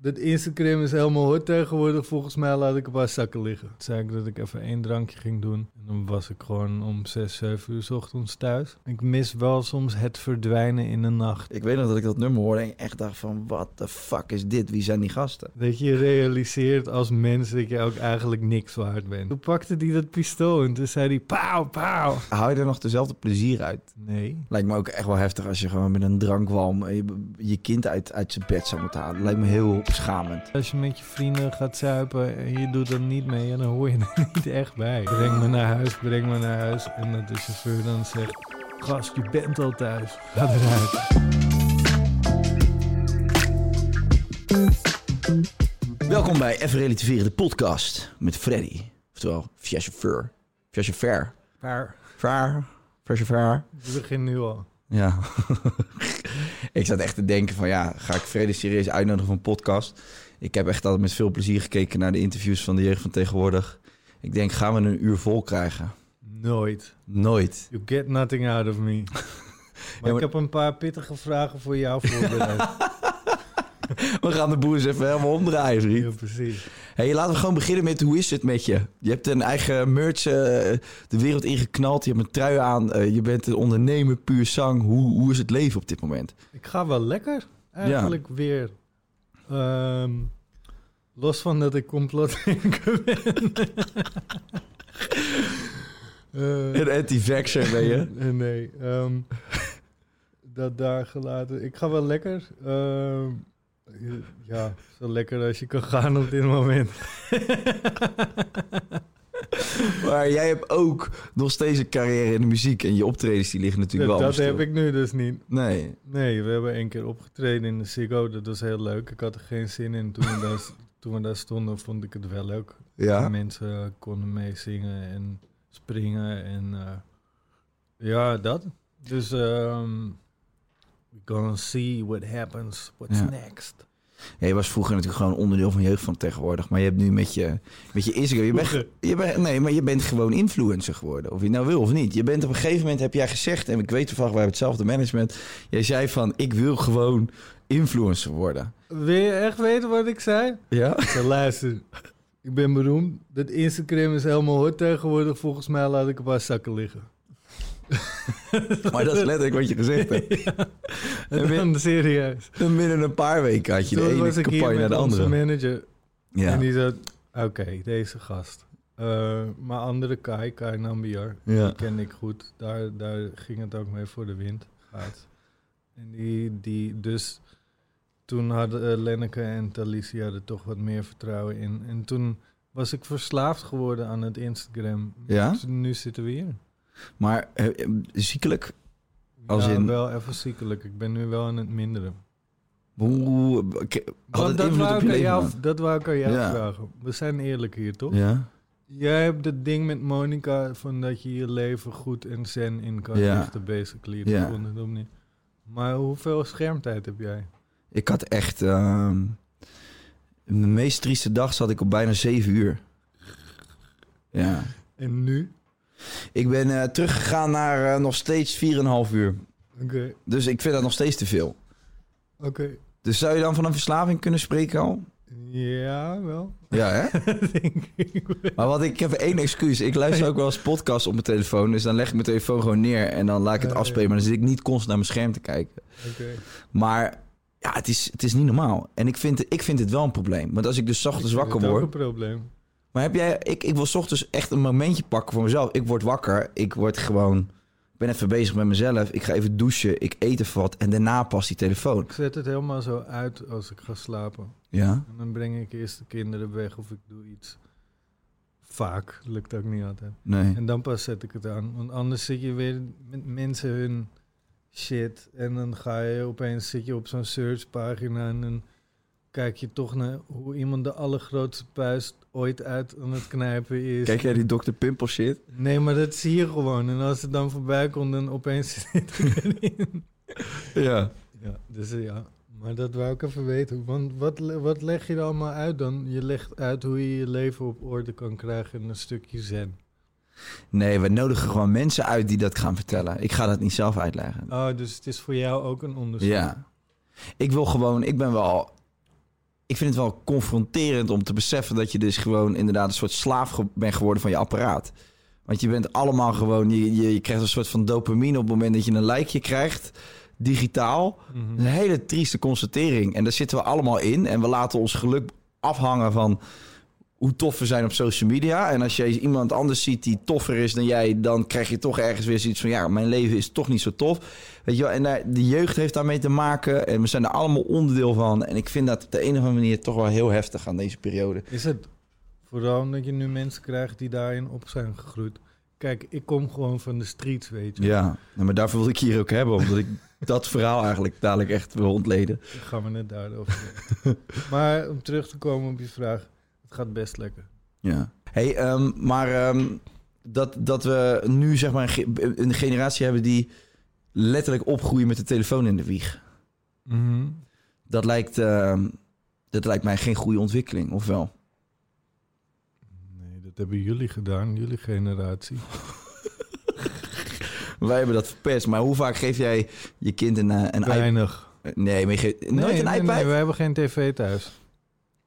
Dat Instagram is helemaal hot tegenwoordig. Volgens mij laat ik een paar zakken liggen. Toen zei ik dat ik even één drankje ging doen. En dan was ik gewoon om 6, 7 uur 's ochtends thuis. Ik mis wel soms het verdwijnen in de nacht. Ik weet nog dat ik dat nummer hoorde en echt dacht van... wat de fuck is dit? Wie zijn die gasten? Dat je realiseert als mens dat je ook eigenlijk niks waard bent. Toen pakte hij dat pistool en toen zei hij pauw, pauw. Hou je er nog dezelfde plezier uit? Nee. Lijkt me ook echt wel heftig als je gewoon met een drankwalm... eh, je, je kind uit, uit zijn bed zou moeten halen. Lijkt me heel beschamend. Als je met je vrienden gaat zuipen en je doet er niet mee, ja, dan hoor je er niet echt bij. Breng me naar huis, breng me naar huis. En dat de chauffeur dan zegt, gast, je bent al thuis. Ga eruit. Welkom bij Even Relativeren, de podcast met Freddy. Oftewel, via chauffeur. Via chauffeur. Maar Vaar. Via chauffeur. het begint nu al. Ja. ik zat echt te denken van ja, ga ik Freddy serieus uitnodigen voor een podcast? Ik heb echt altijd met veel plezier gekeken naar de interviews van de jeugd van tegenwoordig. Ik denk, gaan we een uur vol krijgen? Nooit. Nooit. You get nothing out of me. Maar, maar- ik heb een paar pittige vragen voor jou voorbereid. We gaan de boers even helemaal omdraaien, ja, vriend. precies. Hey, laten we gewoon beginnen met hoe is het met je? Je hebt een eigen merch eh, de wereld ingeknald. Je hebt een trui aan. eh, je bent een ondernemer, puur zang. Hoe, hoe is het leven op dit moment? Ik ga wel lekker. Eigenlijk weer. Ehm, los van dat ik complotdenker ben. Eh, Een anti-vaxxer ben je. Eh, nee. ehm, dat daar gelaten. Ik ga wel lekker. ehm, ja, zo lekker als je kan gaan op dit moment. Maar jij hebt ook nog steeds een carrière in de muziek. En je optredens die liggen natuurlijk dat wel dat allemaal heb stil. ik nu dus niet. Nee. Nee, we hebben één keer opgetreden in de Ziggo. Dat was heel leuk. Ik had er geen zin in. Toen we daar, toen we daar stonden, vond ik het wel leuk. Ja. Mensen konden meezingen en springen en eh, ja, dat. Dus ehm we gonna see what happens, what's Ja. next. Ja, je was vroeger natuurlijk gewoon onderdeel van jeugd van tegenwoordig. Maar je hebt nu met je, met je Instagram... Je bent, Vroeger. je bent, nee, maar je bent gewoon influencer geworden. Of je het nou wil of niet. Je bent op een gegeven moment, heb jij gezegd... En ik weet toevallig, wij hebben hetzelfde management. Jij zei van, ik wil gewoon influencer worden. Wil je echt weten wat ik zei? Ja? Ja, luister, ik ben beroemd. Dat Instagram is helemaal hot tegenwoordig. Volgens mij laat ik een paar zakken liggen. Maar dat is letterlijk wat je gezegd hebt. En ben- dan serieus. En binnen een paar weken had je de Toen ene was ik hier campagne naar met de onze andere. manager. En Ja. die zei, oké, deze gast. Eh, maar andere Kai, Kai Nambiar, Ja. die ken ik goed. Daar, daar ging het ook mee voor de wind. Gaat. En die, die dus... Toen hadden eh, Lenneke en Talicia er toch wat meer vertrouwen in. En toen was ik verslaafd geworden aan het Instagram. Ja? Dus nu zitten we hier. Maar eh, eh, ziekelijk, Als ja, in- wel even ziekelijk. Ik ben nu wel aan het minderen. hoe... k- Had Want het dat invloed wou, op ik aan je leven? jou, man? dat wou ik aan jou Ja. vragen. We zijn eerlijk hier, toch? Ja. Jij hebt dat ding met Monica van dat je je leven goed en zen in kan Ja. richten, basically. Ja. Dat kon het ook niet. Maar hoeveel schermtijd heb jij? Ik had echt... ehm, mijn meest trieste dag zat ik op bijna zeven uur. Ja. En nu? Ik ben eh, teruggegaan naar eh, nog steeds 4,5 uur. Oké, Dus ik vind dat nog steeds te veel. oké. Dus zou je dan van een verslaving kunnen spreken al? Ja, wel. Ja, hè? Denk ik wel. Maar wat ik, ik heb één excuus. Ik luister ook wel eens podcasts op mijn telefoon. Dus dan leg ik mijn telefoon gewoon neer en dan laat ik het Ja, ja. afspelen. Maar dan zit ik niet constant naar mijn scherm te kijken. Oké. Maar Ja, het is, het is niet normaal. En ik vind, ik vind het wel een probleem. Want als ik dus 's ochtends wakker Dat is ook een word... probleem. Maar heb jij... Ik, ik wil 's ochtends echt een momentje pakken voor mezelf. Ik word wakker. Ik word gewoon... Ik ben even bezig met mezelf. Ik ga even douchen. Ik eet even wat. En daarna pas die telefoon. Ik zet het helemaal zo uit als ik ga slapen. Ja. En dan breng ik eerst de kinderen weg of ik doe iets. Vaak, lukt ook niet altijd. Nee. En dan pas zet ik het aan. Want anders zit je weer met mensen hun shit. En dan ga je opeens zit je op zo'n searchpagina. En dan kijk je toch naar hoe iemand de allergrootste puist ooit uit aan het knijpen is. Kijk jij die Dr. Pimple shit? Nee, maar dat zie je gewoon. En als het dan voorbij komt, dan opeens zit ik erin. Ja. Ja, dus eh, ja. Maar dat wou ik even weten. Want wat, le- wat leg je er allemaal uit dan? Je legt uit hoe je je leven op orde kan krijgen in een stukje zen. Nee, we nodigen gewoon mensen uit die dat gaan vertellen. Ik ga dat niet zelf uitleggen. Oh, dus het is voor jou ook een onderzoek. Ja. Ik wil gewoon, ik ben wel. Ik vind het wel confronterend om te beseffen dat je dus gewoon inderdaad een soort slaaf ge- bent geworden van je apparaat. Want je bent allemaal gewoon, je, je, je krijgt een soort van dopamine op het moment dat je een likeje krijgt, digitaal. Een hele trieste constatering. En daar zitten we allemaal in. En we laten ons geluk afhangen van hoe tof we zijn op social media. En als je eens iemand anders ziet die toffer is dan jij, dan krijg je toch ergens weer zoiets van: ja, mijn leven is toch niet zo tof. Weet je wel, en daar, de jeugd heeft daarmee te maken. En we zijn er allemaal onderdeel van. En ik vind dat op de een of andere manier toch wel heel heftig aan deze periode. Is het vooral omdat je nu mensen krijgt die daarin op zijn gegroeid? Kijk, ik kom gewoon van de streets, weet je. Ja, nou, maar daarvoor wil ik hier ook hebben, omdat ik dat verhaal eigenlijk dadelijk echt wil ontleden. Ik ga me net daarover. hebben. maar om terug te komen op je vraag, het gaat best lekker. Ja. Hey, ehm, maar ehm, dat, dat we nu zeg maar een ge- een generatie hebben die letterlijk opgroeien met de telefoon in de wieg. Mhm. Dat lijkt, eh, dat lijkt mij geen goede ontwikkeling, of wel? Nee, dat hebben jullie gedaan, jullie generatie. Wij hebben dat verpest. Maar hoe vaak geef jij je kind een, eh, een iPad? Weinig. Nee, maar je geeft nooit nee, een nee, iPad. nee, we hebben geen tv thuis.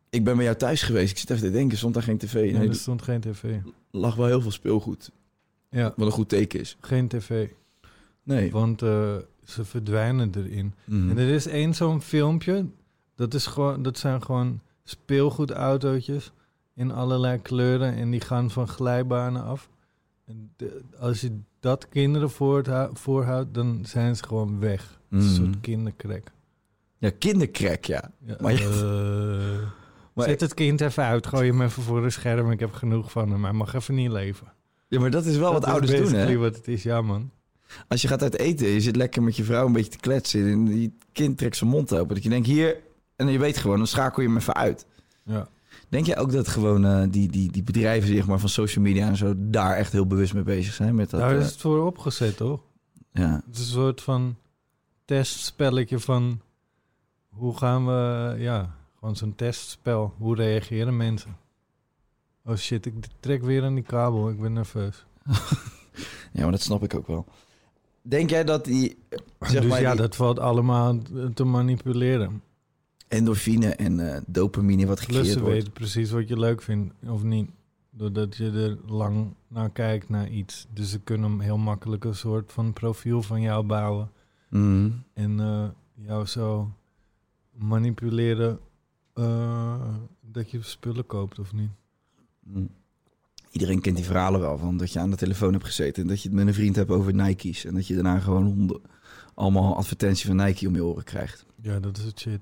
Ik ben bij jou thuis geweest. Ik zit even te denken, stond daar geen tv? Nee, Nee, er er stond geen tv. lag wel heel veel speelgoed. Ja, Wat een goed teken is. geen tv. Nee. Want eh, ze verdwijnen erin. Mhm. En er is één zo'n filmpje. Dat, is gewoon, dat zijn gewoon speelgoedautootjes in allerlei kleuren. En die gaan van glijbanen af. En de- als je dat kinderen voorthou- voorhoudt, dan zijn ze gewoon weg. Het is Een Mhm. soort kinderkrek. Ja, kindercrack, ja. Ja, Maar je- eh, Maar, Zet het kind even uit, gooi hem even voor een scherm. Ik heb genoeg van hem, hij mag even niet leven. ja, maar dat is wel Dat wat is ouders doen, basically hè? wat het is, ja man. Als je gaat uit eten, je zit lekker met je vrouw een beetje te kletsen... en die kind trekt zijn mond open. Dat je denkt, hier... En je weet gewoon, dan schakel je hem even uit. Ja. Denk jij ook dat gewoon eh, die, die, die bedrijven zeg maar, van social media en zo daar echt heel bewust mee bezig zijn? Met dat, Daar eh, is het voor opgezet, toch? ja. Het is een soort van testspelletje van... Hoe gaan we... Ja, gewoon zo'n testspel. Hoe reageren mensen? Oh shit, ik trek weer aan die kabel. Ik ben nerveus. ja, maar dat snap ik ook wel. Denk jij dat die eh, zeg dus maar, ja, die dat valt allemaal te- te manipuleren. endorfine en eh, dopamine wat Plus gecreëerd ze wordt? weten precies wat je leuk vindt of niet. Doordat je er lang naar kijkt naar iets. Dus ze kunnen hem heel makkelijk een soort van profiel van jou bouwen. Mhm. En eh, jou zo manipuleren eh, dat je spullen koopt of niet. Mhm. Iedereen kent die verhalen wel van dat je aan de telefoon hebt gezeten... en dat je het met een vriend hebt over Nike's... en dat je daarna gewoon honden, allemaal advertentie van Nike om je oren krijgt. Ja, dat is het shit.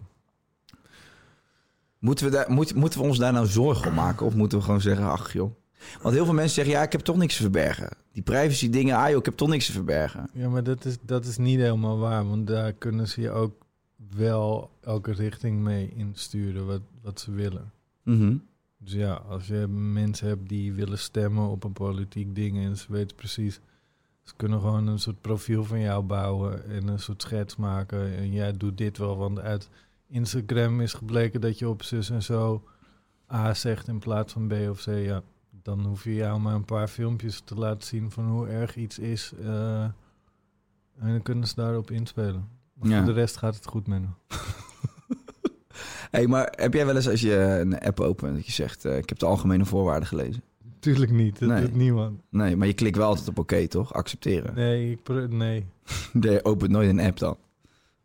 Moeten we, daar, moet, moeten we ons daar nou zorgen om maken? Of moeten we gewoon zeggen, ach joh. Want heel veel mensen zeggen, ja, ik heb toch niks te verbergen. Die privacy dingen, ah joh, ik heb toch niks te verbergen. Ja, maar dat is, dat is niet helemaal waar. Want daar kunnen ze je ook wel elke richting mee insturen wat, wat ze willen. Mhm. Dus ja, als je mensen hebt die willen stemmen op een politiek ding en ze weten precies. Ze kunnen gewoon een soort profiel van jou bouwen en een soort schets maken. En jij doet dit wel, want uit Instagram is gebleken dat je op zus en zo A zegt in plaats van B of C. Ja, dan hoef je jou maar een paar filmpjes te laten zien van hoe erg iets is. eh, en dan kunnen ze daarop inspelen. Maar Ja. voor de rest gaat het goed met me. Hey, maar heb jij wel eens als je een app opent dat je zegt, eh, ik heb de algemene voorwaarden gelezen? Tuurlijk niet, dat Nee. doet niemand. Nee, maar je klikt wel altijd op oké, toch? Accepteren. Nee, ik... pro- Nee. Nee, je opent nooit een app dan,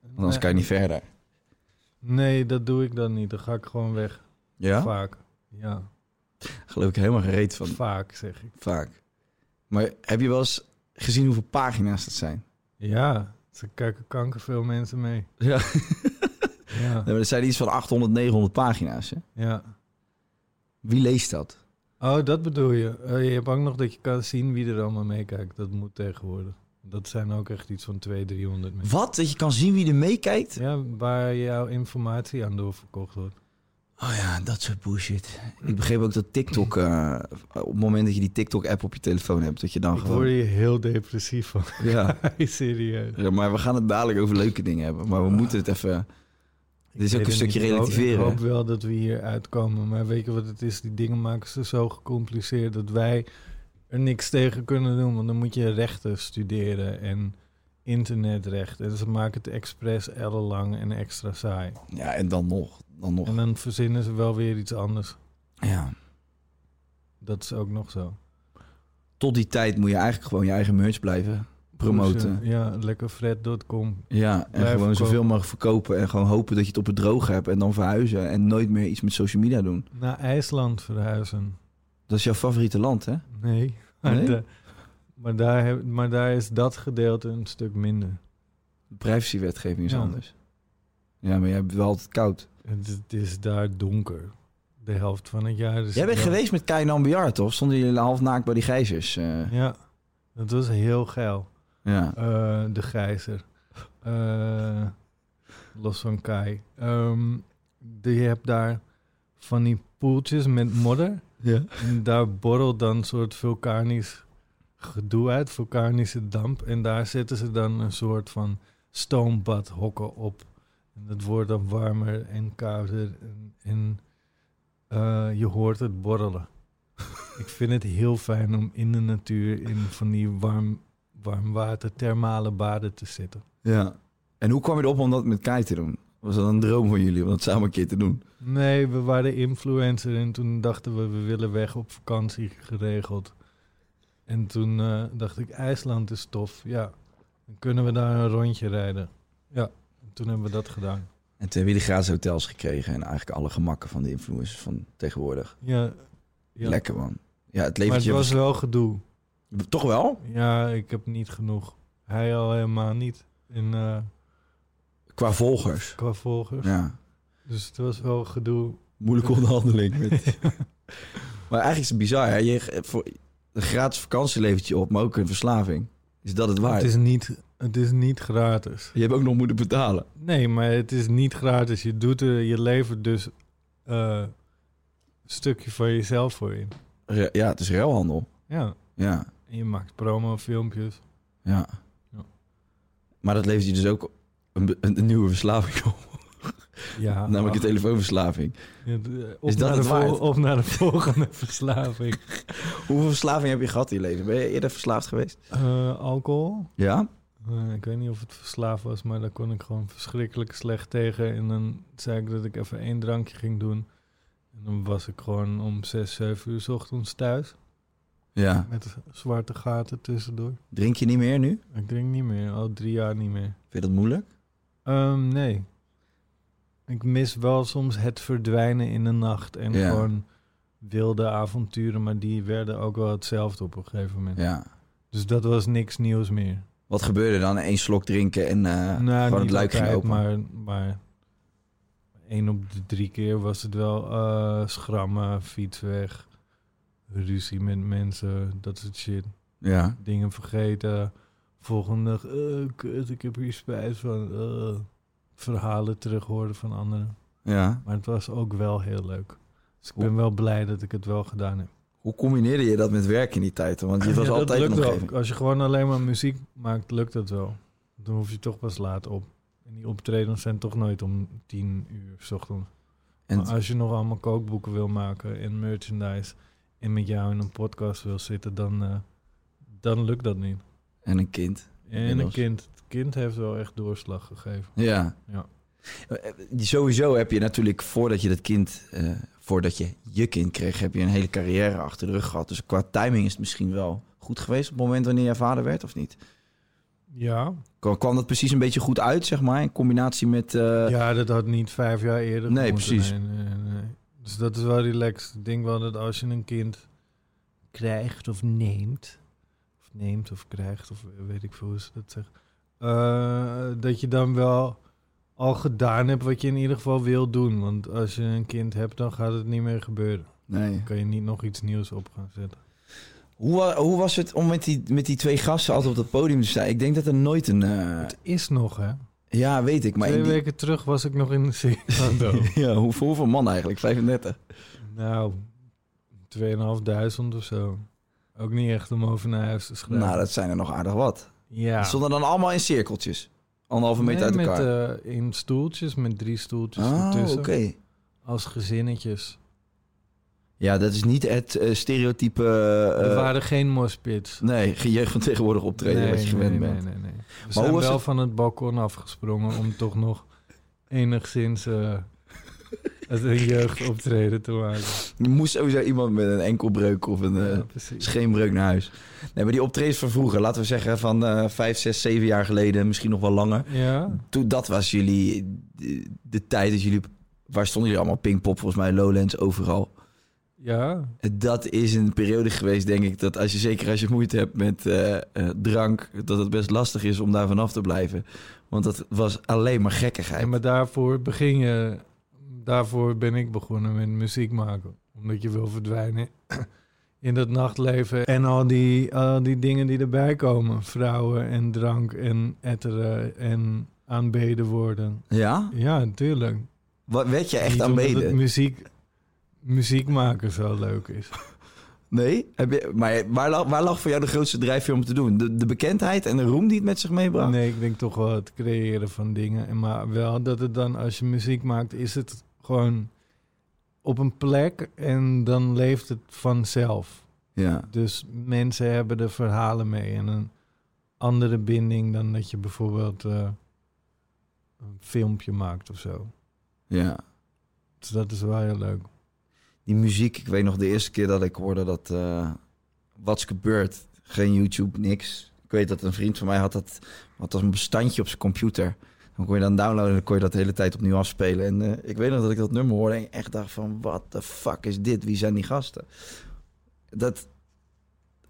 want anders Nee. kan je niet verder. Nee, dat doe ik dan niet. Dan ga ik gewoon weg. Ja? Vaak. Ja, Geloof ik helemaal gereed van. vaak zeg ik. Vaak. Maar heb je wel eens gezien hoeveel pagina's dat zijn? Ja, ze kijken kanker veel mensen mee. Ja. Ja, Nee, maar dat zijn iets van 800, 900 pagina's. Hè? ja. Wie leest dat? Oh, dat bedoel je. Eh, je hebt ook nog dat je kan zien wie er allemaal meekijkt. Dat moet tegenwoordig. Dat zijn ook echt iets van 200, 300 mensen. Wat? Dat je kan zien wie er meekijkt? Ja, waar jouw informatie aan doorverkocht wordt. Oh ja, dat soort bullshit. Ik begreep ook dat TikTok... eh, op het moment dat je die TikTok-app op je telefoon hebt... dat je dan Ik word gewoon... hier heel depressief van. Ja. Serieus. ja, maar we gaan het dadelijk over leuke dingen hebben. Maar we moeten het even... Dit is Ik ook een weet het stukje niet. Ik hoop- relativeren. Ik hoop wel dat we hier uitkomen. Maar weet je wat het is? Die dingen maken ze zo gecompliceerd dat wij er niks tegen kunnen doen. Want dan moet je rechten studeren en internetrecht. En ze maken het expres ellenlang en extra saai. Ja, en dan nog. Dan nog. En dan verzinnen ze wel weer iets anders. Ja. Dat is ook nog zo. Tot die tijd moet je eigenlijk gewoon je eigen merch blijven promoten. Ja, lekkerfred.com. Ja, en Blijven gewoon verkopen. zoveel mogelijk verkopen. En gewoon hopen dat je het op het droog hebt. En dan verhuizen. En nooit meer iets met social media doen. Naar IJsland verhuizen. Dat is jouw favoriete land, hè? Nee. Maar, Nee? da- maar, daar, heb- maar daar is dat gedeelte een stuk minder. De privacywetgeving is Ja. anders. Ja, maar jij hebt wel altijd koud. Het, het is daar donker. De helft van het jaar is. Jij bent wel- geweest met Kai Nambiar, toch? Stonden jullie half naakt bij die gijzers? eh? Ja, dat was heel geil. ja. Eh, de gijzer. Eh, los van Kai. Ehm, de- je hebt daar van die poeltjes met modder. ja. En daar borrelt dan een soort vulkanisch gedoe uit, vulkanische damp. En daar zetten ze dan een soort van stoombadhokken op. En dat wordt dan warmer en kouder. En, en, eh, je hoort het borrelen. Ik vind het heel fijn om in de natuur in van die warm, warm water thermale baden te zitten. Ja. En hoe kwam je erop om dat met Kai te doen? Was dat een droom van jullie om dat samen een keer te doen? Nee, we waren influencer en toen dachten we, we willen weg op vakantie geregeld. En toen eh, dacht ik, IJsland is tof, ja. Dan kunnen we daar een rondje rijden. Ja, en toen hebben we dat gedaan. En toen heb je de gratis hotels gekregen. En eigenlijk alle gemakken van de influencers van tegenwoordig. Ja, ja. Lekker, man. Ja, het maar levert het je... was wel gedoe. vers- Toch wel? Ja, ik heb niet genoeg. Hij al helemaal niet. En, eh, Qua volgers. qua volgers. Ja. Dus het was wel gedoe. Moeilijke onderhandeling. Met... maar eigenlijk is het bizar. Hè? Je, voor, een gratis vakantie levert je op, maar ook een verslaving. Is dat het waard? Het is, niet, het is niet gratis. Je hebt ook nog moeten betalen. Nee, maar het is niet gratis. Je, doet er, je levert dus eh, een stukje van jezelf voor in. Re- Ja, het is ruilhandel. Ja. Ja, En je maakt promofilmpjes. ja. Ja. Maar dat levert je dus ook een, be- een nieuwe verslaving op. Ja, Namelijk je telefoonverslaving. Ja, de- op Is dat naar het de vol- waard? Op naar de volgende verslaving. Hoeveel verslaving heb je gehad in je leven? Ben je eerder verslaafd geweest? Eh, alcohol? Ja. Eh, ik weet niet of het verslaafd was, maar daar kon ik gewoon verschrikkelijk slecht tegen. En dan zei ik dat ik even één drankje ging doen. En dan was ik gewoon om 6, 7 uur 's ochtends thuis. Ja. Met zwarte gaten tussendoor. Drink je niet meer nu? Ik drink niet meer, al drie jaar niet meer. Vind je dat moeilijk? Ehm, nee. Ik mis wel soms het verdwijnen in de nacht en Ja. gewoon wilde avonturen, maar die werden ook wel hetzelfde op een gegeven moment. Ja. Dus dat was niks nieuws meer. Nou, Wat gebeurde dan? Eén slok drinken en eh, gewoon het luik ging altijd, open. maar, maar één op de drie keer was het wel eh, schrammen, fiets weg, ruzie met mensen, dat soort shit. Ja. Dingen vergeten, volgende dag, eh, kut, ik heb hier spijt van, eh, verhalen terug horen van anderen. Ja. Maar het was ook wel heel leuk. Dus ik ben wel blij dat ik het wel gedaan heb. Hoe combineerde je dat met werk in die tijd? Want je was Ja, altijd in dat de lukt omgeving. wel. Als je gewoon alleen maar muziek maakt, lukt dat wel. Dan hoef je toch pas laat op. En die optredens zijn toch nooit om tien uur 's ochtends. En, Maar als je nog allemaal kookboeken wil maken en merchandise... en met jou in een podcast wil zitten, dan, eh, dan lukt dat niet. en een kind. En een Inmiddels. kind. Het kind heeft wel echt doorslag gegeven. Ja. Ja. Eh, eh, Sowieso heb je natuurlijk voordat je dat kind, eh, voordat je je kind kreeg, heb je een hele carrière achter de rug gehad. Dus qua timing is het misschien wel goed geweest op het moment wanneer je vader werd of niet. Ja. Kwam, kwam dat precies een beetje goed uit, zeg maar, in combinatie met... eh, ja, dat had niet vijf jaar eerder Nee, gemoeten. precies. Nee, nee, nee. Dus dat is wel relaxed. Ik denk wel dat als je een kind krijgt of neemt... Of neemt of krijgt, of weet ik veel hoe ze dat zeggen... eh, dat je dan wel al gedaan hebt wat je in ieder geval wil doen. Want als je een kind hebt, dan gaat het niet meer gebeuren. Nee. Dan kan je niet nog iets nieuws op gaan zetten. Hoe, wa- hoe was het om met die, met die twee gasten altijd op dat podium te staan? Ik denk dat er nooit een... eh, Het is nog, hè? ja, weet ik, maar... Twee in die- weken terug was ik nog in de Ziggo Dome. ja, hoe, voor hoeveel man eigenlijk? 35? Nou, 2500 of zo. Ook niet echt om over naar huis te schrijven. Nou, dat zijn er nog aardig wat. ja. Ze Stonden dan allemaal in cirkeltjes? Anderhalve meter Nee, uit elkaar? Met, eh, in stoeltjes, met drie stoeltjes Ah, ertussen. oké. Als gezinnetjes. Ja, dat is niet het eh, stereotype... eh, er waren geen mospits. Nee, geen jeugd van tegenwoordig optreden wat je gewend nee, bent. Nee, nee, nee. We hoe zijn was wel het- van het balkon afgesprongen om toch nog enigszins eh, het een jeugdoptreden te maken. Je moest sowieso iemand met een enkelbreuk of een eh, Ja, precies. scheenbreuk naar huis. Nee, maar die optredens van vroeger, laten we zeggen van eh vijf, zes, zeven jaar geleden, misschien nog wel langer. Ja, Toen, dat was jullie de, de tijd dat jullie... Waar stonden jullie allemaal? Pinkpop volgens mij, Lowlands, overal. ja. Dat is een periode geweest, denk ik, dat als je zeker als je moeite hebt met eh, eh, drank, dat het best lastig is om daar vanaf te blijven. Want dat was alleen maar gekkigheid. En maar daarvoor begin je, daarvoor ben ik begonnen met muziek maken. Omdat je wil verdwijnen in dat nachtleven en al die, al die dingen die erbij komen. Vrouwen en drank en etteren en aanbeden worden. Ja? Ja, natuurlijk. Wat, werd je echt Niet aan omdat het beden? Muziek, muziek maken zo leuk is. Nee? Heb je, maar waar lag, waar lag voor jou de grootste drijfveer om te doen? De, de bekendheid en de roem die het met zich meebracht? Nee, ik denk toch wel het creëren van dingen. En Maar wel dat het dan, als je muziek maakt, is het gewoon op een plek en dan leeft het vanzelf. Ja. Dus mensen hebben er verhalen mee en een andere binding dan dat je bijvoorbeeld eh, een filmpje maakt of zo. ja. Dus dat is wel heel leuk. Die muziek, ik weet nog de eerste keer dat ik hoorde dat... eh wat is gebeurd? Geen YouTube, niks. Ik weet dat een vriend van mij had dat... Had dat een bestandje op zijn computer. Dan kon je dan downloaden en dan kon je dat de hele tijd opnieuw afspelen. En eh, ik weet nog dat ik dat nummer hoorde en ik echt dacht van... Wat de fuck is dit? Wie zijn die gasten? Dat...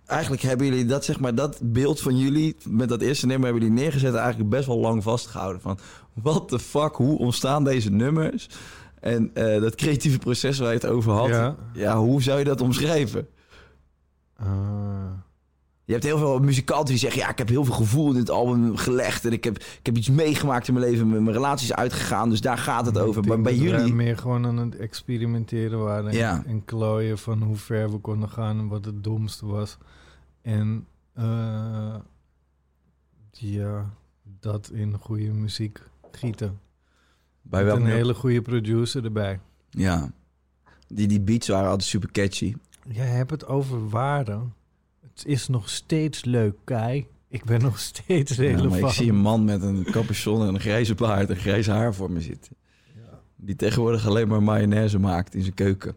Eigenlijk hebben jullie dat, zeg maar, dat beeld van jullie met dat eerste nummer hebben jullie neergezet en eigenlijk best wel lang vastgehouden. Van wat de fuck, hoe ontstaan deze nummers? En eh, dat creatieve proces waar je het over had, Ja. ja, hoe zou je dat omschrijven? Ah. Je hebt heel veel muzikanten die zeggen... ja, ik heb heel veel gevoel in dit album gelegd... en ik heb, ik heb iets meegemaakt in mijn leven. Mijn, mijn relatie is uitgegaan, dus daar gaat het over. Ik Maar denk bij dat wij jullie... meer gewoon aan het experimenteren waren. en- Ja. En, klooien van hoe ver we konden gaan en wat het domste was. En eh, ja, dat in goede muziek gieten. Bij Met een hele goede producer erbij. Ja. Die, die beats waren altijd super catchy. Jij hebt het over waarde. Het is nog steeds leuk, Kai. Ik ben nog steeds Ja, relevant. maar ik zie een man met een capuchon en een grijze baard... en grijs haar voor me zitten. Die tegenwoordig alleen maar mayonaise maakt in zijn keuken.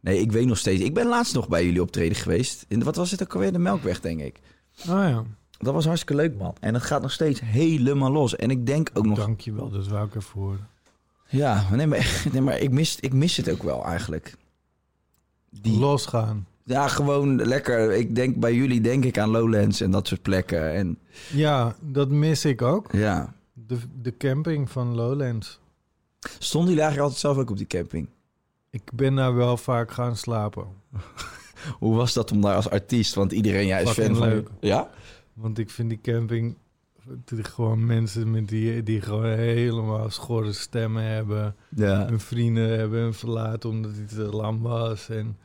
Nee, ik weet nog steeds... Ik ben laatst nog bij jullie optreden geweest. In, de- wat was het ook alweer? De Melkweg, denk ik. Oh ja, Dat was hartstikke leuk, man. En dat gaat nog steeds helemaal los. En ik denk ook nog... dank je wel. Dat wou ik ervoor. horen. Ja, nee, maar, echt- nee, maar ik, mis, ik mis het ook wel eigenlijk. Die, Losgaan. ja, gewoon lekker. Ik denk bij jullie denk ik aan Lowlands en dat soort plekken. En Ja, dat mis ik ook. ja, De, de camping van Lowlands. stonden jullie eigenlijk altijd zelf ook op die camping? Ik ben daar wel vaak gaan slapen. Hoe was dat om daar als artiest? Want iedereen, jij is fan Fucking van. leuk. Ja? Want ik vind die camping... het is Gewoon mensen met die, die gewoon helemaal schorre stemmen hebben. Ja. Mijn vrienden hebben hem verlaten omdat hij te lam was. En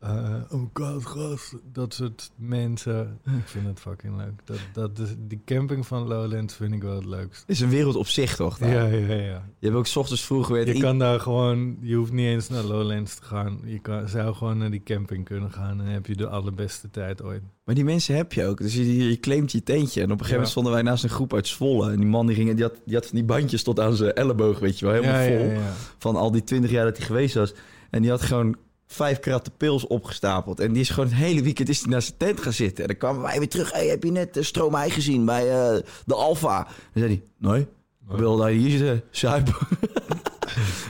eh oh koud gas, dat soort mensen. Ik vind het fucking leuk. Dat, dat is, die camping van Lowlands vind ik wel het leukst. Is een wereld op zich toch? daar? Ja, ja, ja. Je hebt ook 's ochtends vroeg weer. Je kan daar gewoon, je hoeft niet eens naar Lowlands te gaan. Je kan, zou gewoon naar die camping kunnen gaan. En dan heb je de allerbeste tijd ooit. Maar die mensen heb je ook. Dus je, je claimt je teentje. En op een gegeven moment Ja. stonden wij naast een groep uit Zwolle. En die man die, ging, die, had, die had van die bandjes tot aan zijn elleboog, weet je wel. Helemaal ja, vol. ja, ja. van al die twintig jaar dat hij geweest was. En die had gewoon vijf kratten pils opgestapeld. En die is gewoon het hele weekend is die naar zijn tent gaan zitten. En dan kwamen wij weer terug. Hey, heb je net eh, stroomei gezien bij eh, de Alfa? En zei hij, nee, ik wil daar hier zitten, zuipen.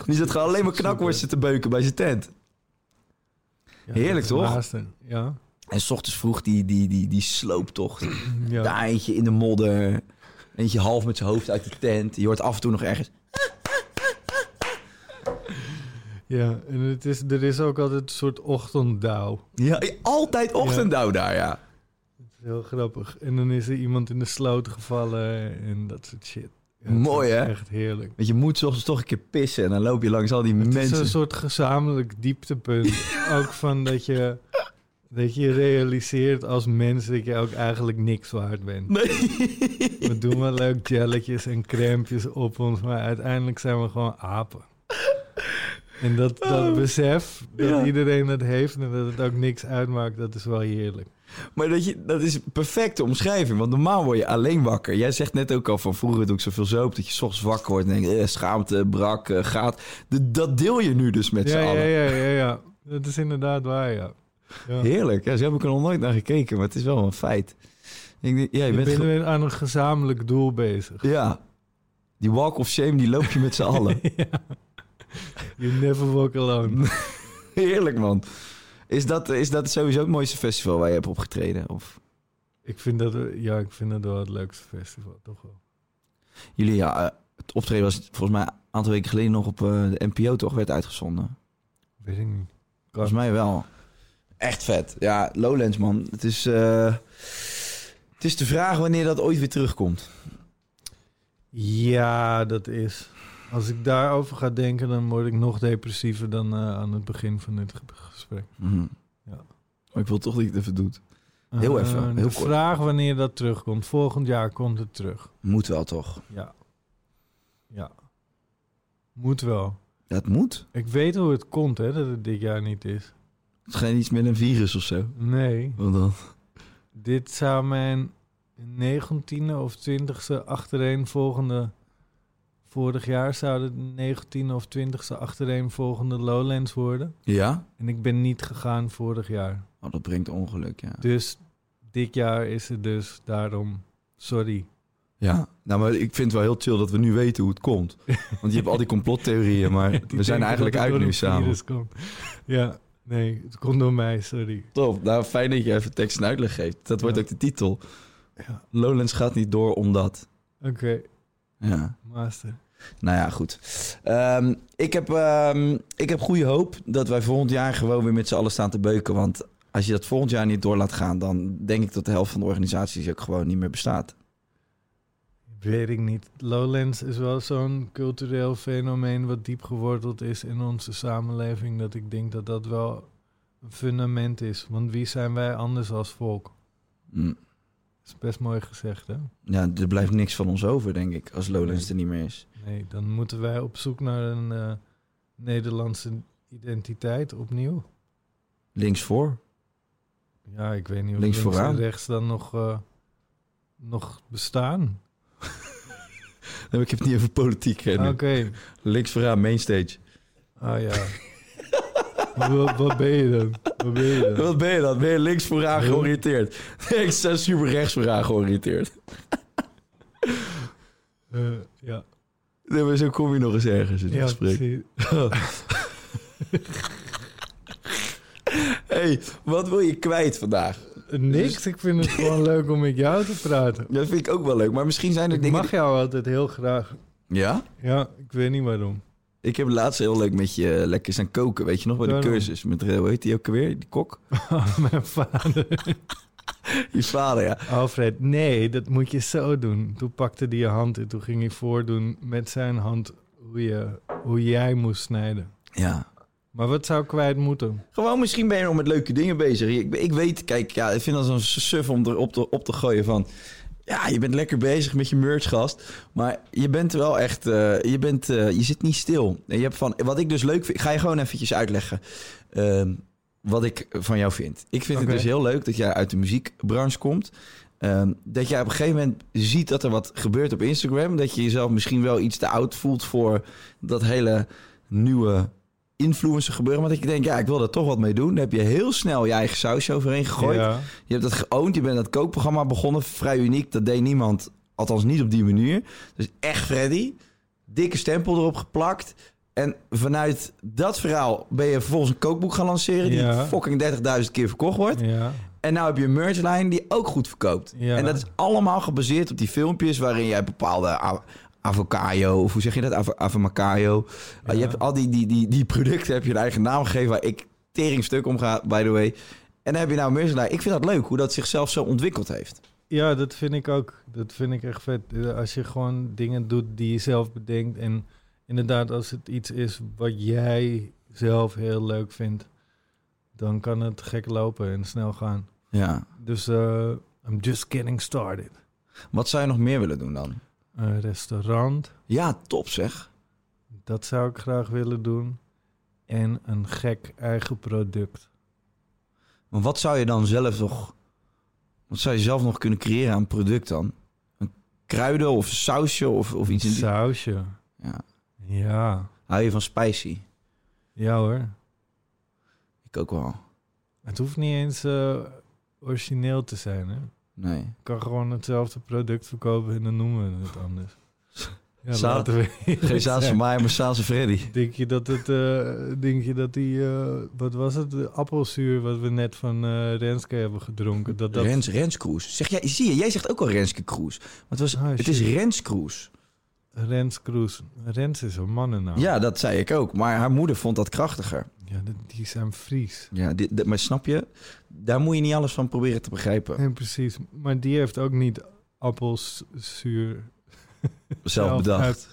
die zat gewoon alleen maar knakworsten te beuken bij zijn tent. Ja, Heerlijk, dat is toch? haasten. Ja. En s ochtends vroeg die, die, die, die slooptocht. ja. Daar eentje in de modder. Eentje half met zijn hoofd uit de tent. Je hoort af en toe nog ergens... Ja, en het is, er is ook altijd een soort ochtenddauw. Ja, altijd ochtenddauw daar, ja. Dat is heel grappig. En dan is er iemand in de sloot gevallen en dat soort shit. Ja, het Mooi, is hè? Echt heerlijk. Want je moet 's ochtends toch een keer pissen. En dan loop je langs al die Het is mensen. een soort gezamenlijk dieptepunt. ook van dat je, dat je realiseert als mens dat je ook eigenlijk niks waard bent. We doen wel leuk jelletjes en crampjes op ons, maar uiteindelijk zijn we gewoon apen. En dat, dat besef dat Oh. ja. iedereen dat heeft en dat het ook niks uitmaakt, dat is wel heerlijk. Maar dat, je, dat is een perfecte omschrijving. Want normaal word je alleen wakker. Jij zegt net ook al van vroeger doe ik zoveel zoop... dat je 's ochtends wakker wordt en denkt... eh, schaamte, brak, eh, gaat. De- dat deel je nu dus met Ja, z'n ja, allen. ja, ja, ja. Dat is inderdaad waar, ja. ja. Heerlijk. Ja, zo heb ik er nog nooit naar gekeken. Maar het is wel een feit. Ik, denk, ja, je Je bent bent ge- weer aan een gezamenlijk doel bezig. ja. Die walk of shame, die loop je met z'n allen. You never walk alone. Heerlijk, man. Is dat, is dat sowieso het mooiste festival waar je hebt opgetreden? Of ik, vind dat, ja, ik vind dat wel het leukste festival, toch wel. jullie, ja, eh, het optreden was volgens mij een aantal weken geleden nog op eh, de NPO toch werd uitgezonden. Weet ik niet. Volgens mij wel. Echt vet. Ja, Lowlands, man. Het is, eh, het is de vraag wanneer dat ooit weer terugkomt. Ja, dat is. Als ik daarover ga denken, dan word ik nog depressiever dan eh, aan het begin van dit ge- gesprek. Mhm. Ja. Maar ik wil toch dat je het even doet. Heel Eh, even, de heel kort. vraag wanneer dat terugkomt. Volgend jaar komt het terug. Moet wel, toch? Ja. Ja. Moet wel. Dat moet. Ik weet hoe het komt, hè, dat het dit jaar niet is. Het is geen iets met een virus of zo. Nee. Wat dan? Dit zou mijn negentiende of twintigste achtereenvolgende... Vorig jaar zou het negentiende of twintigste achtereenvolgende Lowlands worden. Ja? En ik ben niet gegaan vorig jaar. Oh, dat brengt ongeluk, ja. Dus dit jaar is het dus daarom... Sorry. Ja, nou, maar ik vind het wel heel chill dat we nu weten hoe het komt. Want je hebt al die complottheorieën, maar Die we zijn denken eigenlijk dat het uit door nu een samen. virus komt. Ja, nee, het komt door mij, sorry. Top, nou fijn dat je even tekst en uitleg geeft. Dat wordt Ja. ook de titel. Ja. Lowlands gaat niet door omdat. Oké, Ja, master. nou ja, goed. Ehm, ik, heb, ehm, ik heb goede hoop dat wij volgend jaar gewoon weer met z'n allen staan te beuken. Want als je dat volgend jaar niet door laat gaan, dan denk ik dat de helft van de organisaties ook gewoon niet meer bestaat. Weet ik niet. Lowlands is wel zo'n cultureel fenomeen wat diep geworteld is in onze samenleving. Dat ik denk dat dat wel een fundament is. Want wie zijn wij anders als volk? Hm. Dat is best mooi gezegd, hè? Ja, er blijft niks van ons over, denk ik, als Lowlands er niet meer is. Nee, dan moeten wij op zoek naar een eh, Nederlandse identiteit opnieuw. Links voor. Ja, ik weet niet of Links links, vooraan. en rechts dan nog, eh, nog bestaan. Nee, maar Ik heb het niet over politiek. hè, nu. Oké. Links vooraan, mainstage. Ah ja. wat, wat ben je dan? Wat ben je dan? Wat ben je dan? Ben je links vooraan georiënteerd? Nee, ik sta super rechts vooraan georiënteerd. Eh, ja, Nee, maar zo kom je nog eens ergens in het ja gesprek. precies. hey, wat wil je kwijt vandaag? Niks, Dus ik vind het gewoon leuk om met jou te praten. Dat vind ik ook wel leuk, maar misschien zijn er Ik dingen... mag jou altijd heel graag. die- Ja? Ja, ik weet niet waarom. Ik heb laatst heel leuk met je eh, lekker zijn koken, weet je nog? Bij de Daarom. cursus. Met, eh, hoe heet die ook alweer? Die kok? Oh, Mijn vader. Je vader, ja. Alfred, nee, dat moet je zo doen. Toen pakte hij je hand en toen ging hij voordoen met zijn hand hoe, je, hoe jij moest snijden. Ja. Maar wat zou kwijt moeten? Gewoon, misschien ben je nog met leuke dingen bezig. Ik, ik weet, kijk, ja, ik vind dat zo'n suf om erop te, op te gooien van... Ja, je bent lekker bezig met je merchgast. Maar je bent wel echt... eh, je, bent, eh, je zit niet stil. En je hebt van, wat ik dus leuk vind... Ik ga je gewoon eventjes uitleggen ehm, wat ik van jou vind. Ik vind Oké. het dus heel leuk dat jij uit de muziekbranche komt. Ehm, dat jij op een gegeven moment ziet dat er wat gebeurt op Instagram. Dat je jezelf misschien wel iets te oud voelt voor dat hele nieuwe influencer gebeuren. Maar dat je denkt, ja, ik wil daar toch wat mee doen. Dan heb je heel snel je eigen sausje overheen gegooid. Ja. Je hebt dat geoond, je bent dat kookprogramma begonnen. Vrij uniek, dat deed niemand. Althans niet op die manier. Dus echt Freddy. Dikke stempel erop geplakt. En vanuit dat verhaal ben je vervolgens een kookboek gaan lanceren... die Ja. fucking 30.000 keer verkocht wordt. Ja. En nou heb je een merchlijn die ook goed verkoopt. Ja. En dat is allemaal gebaseerd op die filmpjes waarin jij bepaalde a- avocado, of hoe zeg je dat? Avo- Avamacayo. Uh, je hebt al die, die, die, die producten, heb je een eigen naam gegeven waar ik teringstuk om ga, by the way. En dan heb je nou een merchandise. Ik vind dat leuk hoe dat zichzelf zo ontwikkeld heeft. Ja, dat vind ik ook. Dat vind ik echt vet. Eh, Als je gewoon dingen doet die je zelf bedenkt. En inderdaad, als het iets is wat jij zelf heel leuk vindt, dan kan het gek lopen en snel gaan. Ja. Dus eh, I'm just getting started. Wat zou je nog meer willen doen dan? Een restaurant, Ja, top zeg. dat zou ik graag willen doen. En een gek eigen product. Maar wat zou je dan zelf nog... Wat zou je zelf nog kunnen creëren aan product dan? Een kruiden of sausje of, of iets in die... Sausje. Ja. Ja. Hou je van spicy? Ja hoor. Ik ook wel. Het hoeft niet eens eh, origineel te zijn, hè? Nee. Ik kan gewoon hetzelfde product verkopen en dan noemen we het anders. Ja, Zaad. laten we Geen saus van mij, maar saus van Freddy. Denk je dat het, eh, denk je dat die, eh, wat was het, de appelzuur wat we net van eh, Renske hebben gedronken, dat dat... Rens, Rens Kroes. Zeg jij, zie je, jij zegt ook al Renske Kroes. Maar het, was, Ah, het shit. is Rens Kroes. Rens Kroes. Rens is een mannennaam. Ja, dat zei ik ook. Maar haar moeder vond dat krachtiger. Ja, dat- die zijn Fries. Ja, dit, dit- maar snap je? Daar moet je niet alles van proberen te begrijpen. En precies. Maar die heeft ook niet appelzuur Zelf bedacht. uit-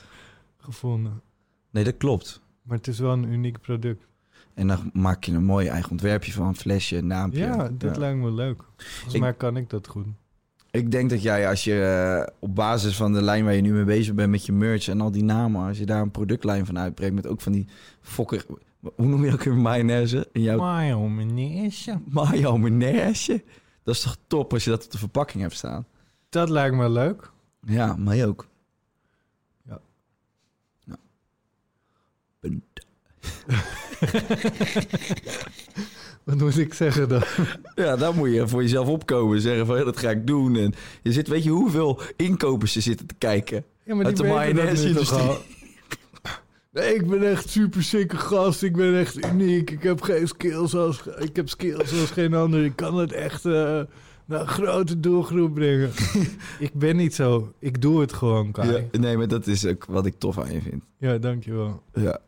gevonden. Nee, dat klopt. Maar het is wel een uniek product. En dan maak je een mooi eigen ontwerpje van, flesje, naampje. Ja, dat lijkt me leuk. Volgens Ik- mij kan ik dat goed. Ik denk dat jij, als je eh, op basis van de lijn waar je nu mee bezig bent met je merch en al die namen, als je daar een productlijn van uitbrengt met ook van die fokker. Hoe noem je dat ook weer? Mayonaise? In jouw Maar joh, meneertje. mayo mayonaise? Dat is toch top als je dat op de verpakking hebt staan? Dat lijkt me leuk. Ja, mij ook. Ja. Nou. Punt. Wat moet ik zeggen dan? Ja, dan moet je voor jezelf opkomen. Zeggen van, ja, dat ga ik doen. En je zit, weet je hoeveel inkopers er zitten te kijken? Ja, maar Uit de die weten dat mayonaise nu toch industrie. al. Nee, ik ben echt super sikke gast. Ik ben echt uniek. Ik heb geen skills als, ik heb skills als geen ander. Ik kan het echt eh, naar een grote doelgroep brengen. ik ben niet zo. Ik doe het gewoon, Kai. Ja, Ja, nee, maar dat is ook wat ik tof aan je vind. dankjewel. Ja.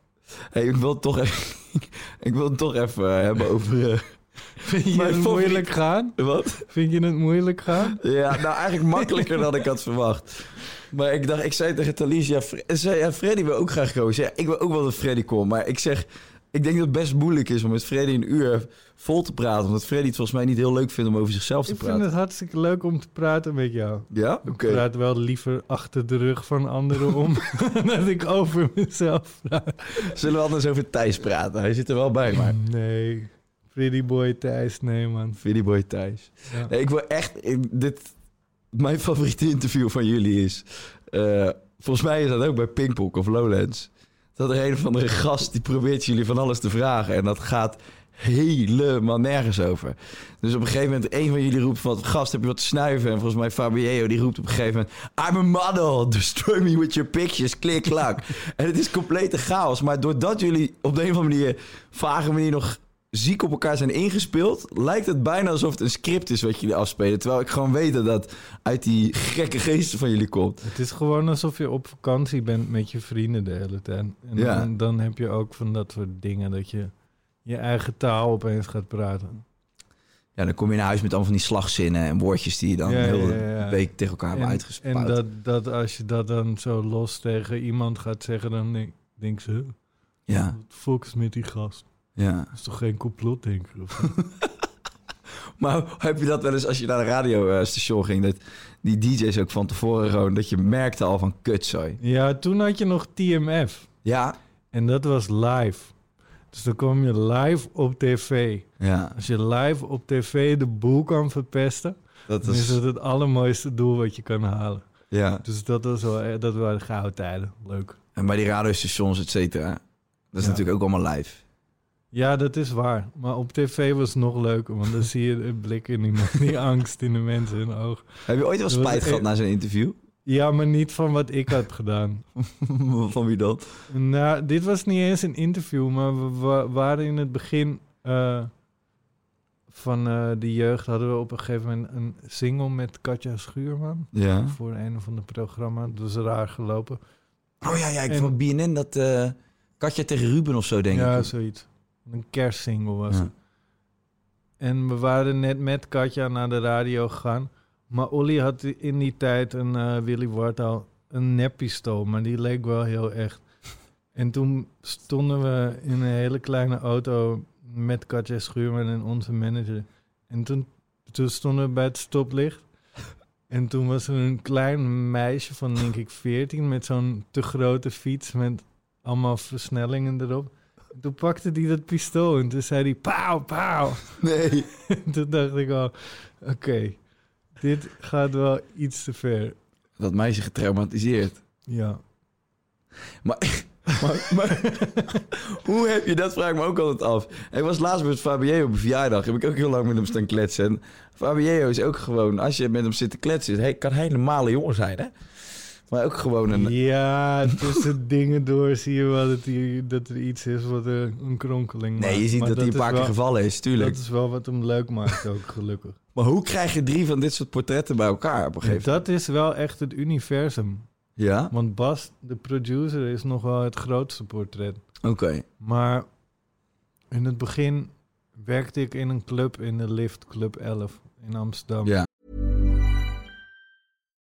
Hey, ik wil het toch even, ik wil het toch even eh, hebben over... eh, Vind je Mijn het favoriet- moeilijk gaan? wat? Vind je het moeilijk gaan? Ja, nou eigenlijk makkelijker dan ik had verwacht. Maar ik dacht, ik zei tegen Thalys, ja, Fre- ze zei, ja, Freddy wil ook graag komen. Ze zei, ja, ik wil ook wel dat Freddy komt. Maar ik zeg, ik denk dat het best moeilijk is om met Freddy een uur vol te praten. Omdat Freddy het volgens mij niet heel leuk vindt om over zichzelf te Ik praten. vind het hartstikke leuk om te praten met jou. Ja? Oké. Ik praat wel liever achter de rug van anderen om dat ik over mezelf praat. Zullen we anders over Thijs praten? Hij zit er wel bij, maar... Nee, pretty boy Thijs, nee man. Freddy boy Thijs. Ja. Nee, ik wil echt... ik- dit, mijn favoriete interview van jullie is... eh, volgens mij is dat ook bij Pinkpok of Lowlands. Dat er een of andere gast die probeert jullie van alles te vragen. En dat gaat helemaal nergens over. Dus op een gegeven moment, een van jullie roept van... Gast, heb je wat te snuiven? En volgens mij Fabio, die roept op een gegeven moment... I'm a model, destroy me with your pictures, klik, klak. en het is complete chaos. Maar doordat jullie op de een of andere manier... vage manier nog ziek op elkaar zijn ingespeeld... lijkt het bijna alsof het een script is wat jullie afspelen. Terwijl ik gewoon weet dat dat uit die gekke geesten van jullie komt. Het is gewoon alsof je op vakantie bent met je vrienden de hele tijd. En Ja. dan, dan heb je ook van dat soort dingen dat je je eigen taal opeens gaat praten. Ja, dan kom je naar huis met allemaal van die slagzinnen en woordjes die je dan Ja, heel ja, de ja, ja. week tegen elkaar hebben en uitgespouwd. en dat, dat als je dat dan zo los tegen iemand gaat zeggen, dan denk, denk ze... "Huh, Ja, Wat fuck is met die gast? ja. Dat is toch geen complotdenker? Of... Maar heb je dat wel eens als je naar de radiostation ging, dat die DJ's ook van tevoren gewoon, dat je merkte al van kutzooi. ja, toen had je nog TMF. Ja, En dat was live. Dus dan kom je live op tv. ja. Als je live op tv de boel kan verpesten, Dat dan is is, dat het allermooiste doel wat je kan halen. ja. Dus dat, was wel, eh, dat waren gouden tijden. Leuk. En bij die radiostations, et cetera. Dat is Ja. natuurlijk ook allemaal live. Ja, dat is waar. Maar op tv was het nog leuker, want dan zie je het blik in die, man- die angst in de mensen hun oog. Heb je ooit wel Dat was spijt e- gehad na zo'n interview? Ja, maar niet van wat ik had gedaan. Van wie dan? Nou, dit was niet eens een interview, maar we wa- waren in het begin eh, van eh, de jeugd. Hadden we op een gegeven moment een single met Katja Schuurman. Ja. Voor een of ander programma. Het was raar gelopen. Oh ja, ja ik En- vond BNN dat eh Katja tegen Ruben of zo, denk ja, ik. zoiets. Een kerstsingle was Ja. het. En we waren net met Katja naar de radio gegaan. Maar Olly had in die tijd een eh, Willy Wartaal, een neppistool. Maar die leek wel heel echt. En toen stonden we in een hele kleine auto met Katja Schuurman en onze manager. En toen, toen stonden we bij het stoplicht. En toen was er een klein meisje van, denk ik, 14 met zo'n te grote fiets met allemaal versnellingen erop. En toen pakte hij dat pistool en toen zei hij: Pauw, pauw. Nee. En toen dacht ik al, oké, dit gaat wel iets te ver. Dat meisje getraumatiseerd. Ja. Maar, maar, maar hoe heb je dat? Vraag ik me ook altijd af. Ik was laatst met Fabio op een verjaardag. Heb ik ook heel lang met hem staan kletsen. En Fabio is ook gewoon, als je met hem zit te kletsen, hij kan hij een normale jongen zijn, hè? Maar ook gewoon een. Ja, tussen dingen door zie je wel dat, die, dat er iets is wat er een kronkeling maakt. Nee, je ziet Maar dat hij een is paar keer wel- gevallen is, tuurlijk. Dat is wel wat hem leuk maakt ook, gelukkig. Maar hoe krijg je drie van dit soort portretten bij elkaar op een gegeven moment? Dat is wel echt het universum. Ja, Want Bas, de producer, is nog wel het grootste portret. oké. Maar in het begin werkte ik in een club in de lift, Club 11 in Amsterdam. Ja.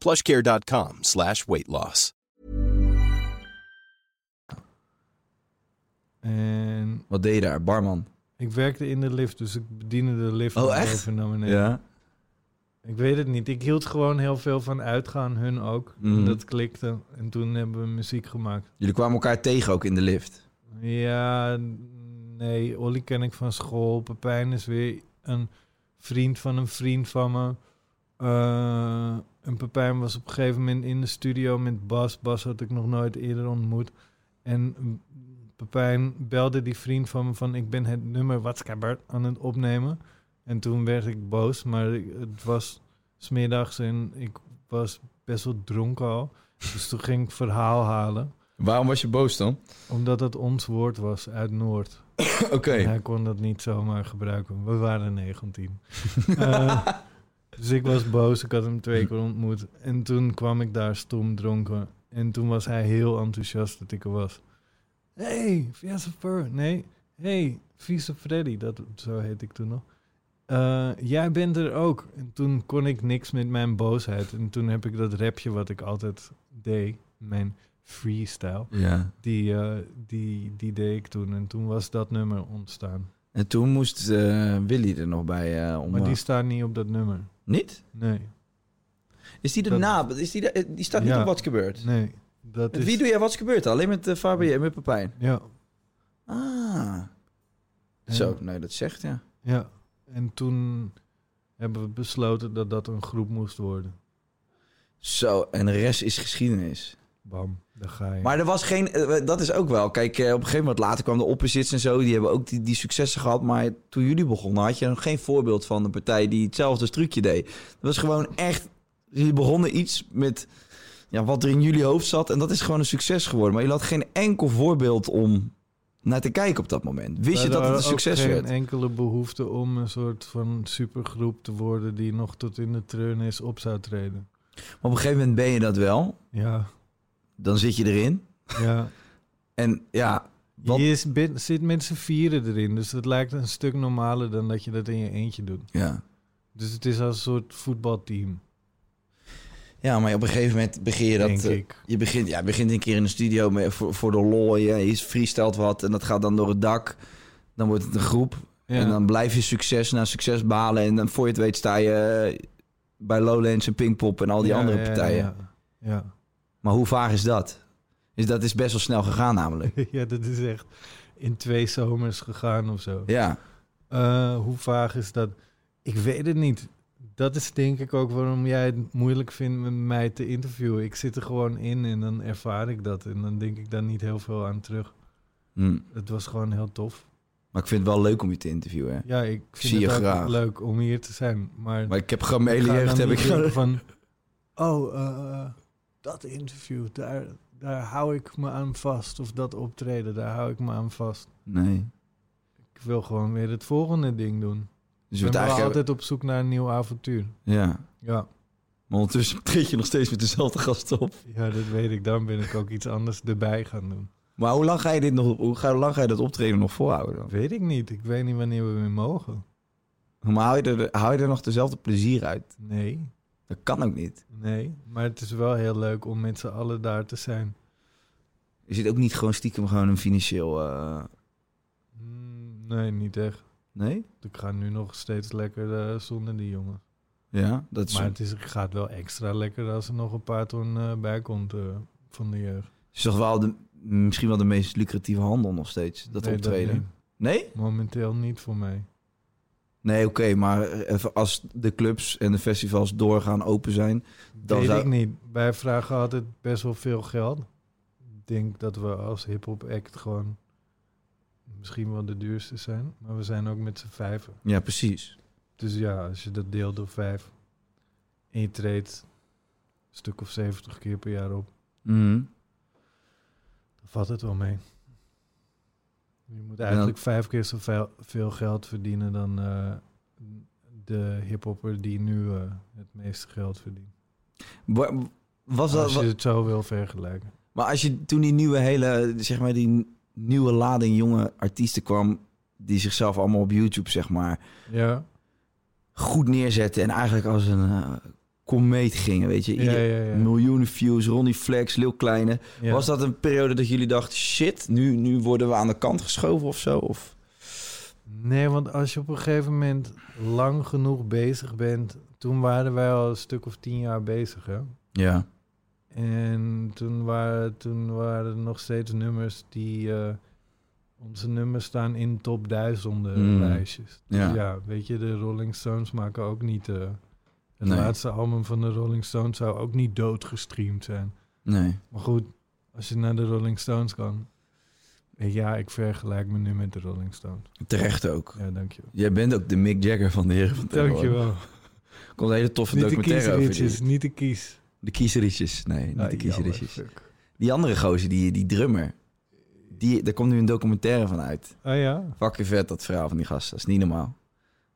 plushcare.com slash weight loss. En Wat deed je daar? Barman. Ik werkte in de lift, dus ik bediende de lift Oh, nog echt? even naar beneden. Ja. Ik weet het niet. Ik hield gewoon heel veel van uitgaan, hun ook. Mhm. Dat klikte. En toen hebben we muziek gemaakt. Jullie kwamen elkaar tegen ook in de lift. Ja, nee, Olly ken ik van school. Pepijn is weer een vriend van een vriend van me. Eh, en Pepijn was op een gegeven moment in de studio met Bas. Bas had ik nog nooit eerder ontmoet. En mm, Pepijn belde die vriend van me van... ik ben het nummer WhatsApp aan het opnemen. En toen werd ik boos, maar ik- het was smiddags en ik was best wel dronken al. Dus toen ging ik verhaal halen Waarom was je boos dan? omdat het ons woord was uit Noord. Oké. En hij kon dat niet zomaar gebruiken. We waren 19. Eh, dus ik was boos. Ik had hem twee keer ontmoet. En toen kwam ik daar stom dronken. En toen was hij heel enthousiast dat ik er was. hey, Fiesta Fur. Nee, hey, Vieze Freddy. Dat, zo heet ik toen nog. Eh, jij bent er ook. En toen kon ik niks met mijn boosheid. En toen heb ik dat rapje wat ik altijd deed. Mijn freestyle. Ja. Die, eh, die, die deed ik toen. En toen was dat nummer ontstaan. En toen moest eh, Willy er nog bij eh om. Maar die staat niet op dat nummer. Niet? Nee, Is die erna? Is die, er- die staat niet Ja. op Wat's Gebeurd? nee. Dat Met is... wie doe jij Wat's Gebeurd? dan? Alleen met eh, Fabio en met Pepijn? Ja. Ah. En- Zo, nee, dat zegt ja. Ja. En toen hebben we besloten dat dat een groep moest worden. Zo, en de rest is geschiedenis. Bam, daar ga je. Maar er was geen... eh, Dat is ook wel... Kijk, eh, op een gegeven moment later kwam de opposites en zo. Die hebben ook die, die successen gehad. Maar toen jullie begonnen had je nog geen voorbeeld van een partij... die hetzelfde trucje deed. Dat was gewoon echt... Jullie begonnen iets met ja, wat er in jullie hoofd zat. En dat is gewoon een succes geworden. Maar jullie had geen enkel voorbeeld om naar te kijken op dat moment. Wist je Maar dat er het een was ook succes geen werd? enkele behoefte om een soort van supergroep te worden... die nog tot in de treurnis op zou treden. Maar op een gegeven moment ben je dat wel. Ja, Dan zit je erin. ja. En ja... Wat, Je is, bent- zit met z'n vieren erin. Dus dat lijkt een stuk normaler dan dat je dat in je eentje doet. ja. Dus het is als een soort voetbalteam, ja, maar op een gegeven moment begin je dat... denk eh, ik. Je begint, ja, je begint een keer in de studio met, voor, voor de lol. Je, je freestylt wat en dat gaat dan door het dak. Dan wordt het een groep. Ja. En dan blijf je succes na succes behalen. En dan voor je het weet sta je eh, bij Lowlands en Pinkpop en al die Ja, andere ja, ja, partijen. Ja, ja. Maar hoe vaag is dat? Is dat is best wel snel gegaan namelijk. Ja, dat is echt in twee zomers gegaan of zo. Ja, Eh, hoe vaag is dat? Ik weet het niet. Dat is denk ik ook waarom jij het moeilijk vindt met mij te interviewen. Ik zit er gewoon in en dan ervaar ik dat. En dan denk ik daar niet heel veel aan terug. Hm. Het was gewoon heel tof. maar ik vind het wel leuk om je te interviewen. hè. Ja, ik vind Zie je het ook graag. leuk om hier te zijn. Maar, Maar ik heb ik ga gemeleerd, dan heb niet ik denken van... Oh, eh, dat interview, daar, daar hou ik me aan vast. Of dat optreden, daar hou ik me aan vast. Nee. Ik wil gewoon weer het volgende ding doen. Ik Dus we het ben wel eigenlijk... altijd op zoek naar een nieuw avontuur. Ja. Ja. Maar ondertussen treed je nog steeds met dezelfde gasten op. Ja, dat weet ik. Dan ben ik ook iets anders erbij gaan doen. Maar hoe lang ga je dit nog, hoe, ga- hoe lang ga je dat optreden nog volhouden dan? Weet ik niet. Ik weet niet wanneer we weer mogen. Maar hou je, er, hou je er nog dezelfde plezier uit? Nee, Dat kan ook niet. nee. Maar het is wel heel leuk om met z'n allen daar te zijn. Is het ook niet gewoon stiekem gewoon een financieel... eh, Mm, nee, niet echt. Nee? Ik ga nu nog steeds lekker eh, zonder die jongen. Ja, dat is... Maar het is, gaat wel extra lekker als er nog een paar ton eh, bij komt eh, van de jeugd. is toch wel de, misschien wel de meest lucratieve handel nog steeds, dat Nee, optreden. niet. nee? Momenteel niet voor mij. Nee, oké, maar eh, even als de clubs en de festivals doorgaan open zijn... Dan weet zou- ik niet. Wij vragen altijd best wel veel geld. Ik denk dat we als hip-hop act gewoon misschien wel de duurste zijn. Maar we zijn ook met z'n vijven. Ja, precies. Dus ja, als je dat deelt door vijf en je treedt een stuk of 70 keer per jaar op, Mhm. dan valt het wel mee. Je moet eigenlijk vijf keer zoveel veel geld verdienen dan eh, de hiphopper die nu eh, het meeste geld verdient. Wa- Was dat, Als je het zo wil vergelijken. Maar als je toen die nieuwe hele, zeg maar die nieuwe lading jonge artiesten kwam, die zichzelf allemaal op YouTube zeg maar Ja. goed neerzetten en eigenlijk als een eh, komeet gingen, weet je, Ja, ja, Ieder- ja. miljoenen views, Ronnie Flex, Lil Kleine. Ja. Was dat een periode dat jullie dachten, shit, nu, nu worden we aan de kant geschoven of zo? Of Nee, want als je op een gegeven moment lang genoeg bezig bent. Toen waren wij al een stuk of tien jaar bezig, hè? ja, En toen waren, toen waren er nog steeds nummers die. eh, onze nummers staan in top duizenden Mm. lijstjes. Dus Ja. ja. weet je, de Rolling Stones maken ook niet. eh, het Nee. laatste album van de Rolling Stones zou ook niet doodgestreamd zijn. nee, Maar goed, als je naar de Rolling Stones kan. Ja, ik vergelijk me nu met de Rolling Stones. terecht ook. Ja, dankjewel. Jij bent ook de Mick Jagger van de heren van tegenwoordig. Dankjewel. Er komt een hele toffe Niet de documentaire over die. kiesritjes, niet de kies. De kiesritjes, nee, niet de Ah, kiesritjes. jammer, fuck. Die andere gozer, die, die drummer. Die, daar komt nu een documentaire van uit. Ah ja? Fucking vet dat verhaal van die gast. Dat is niet normaal.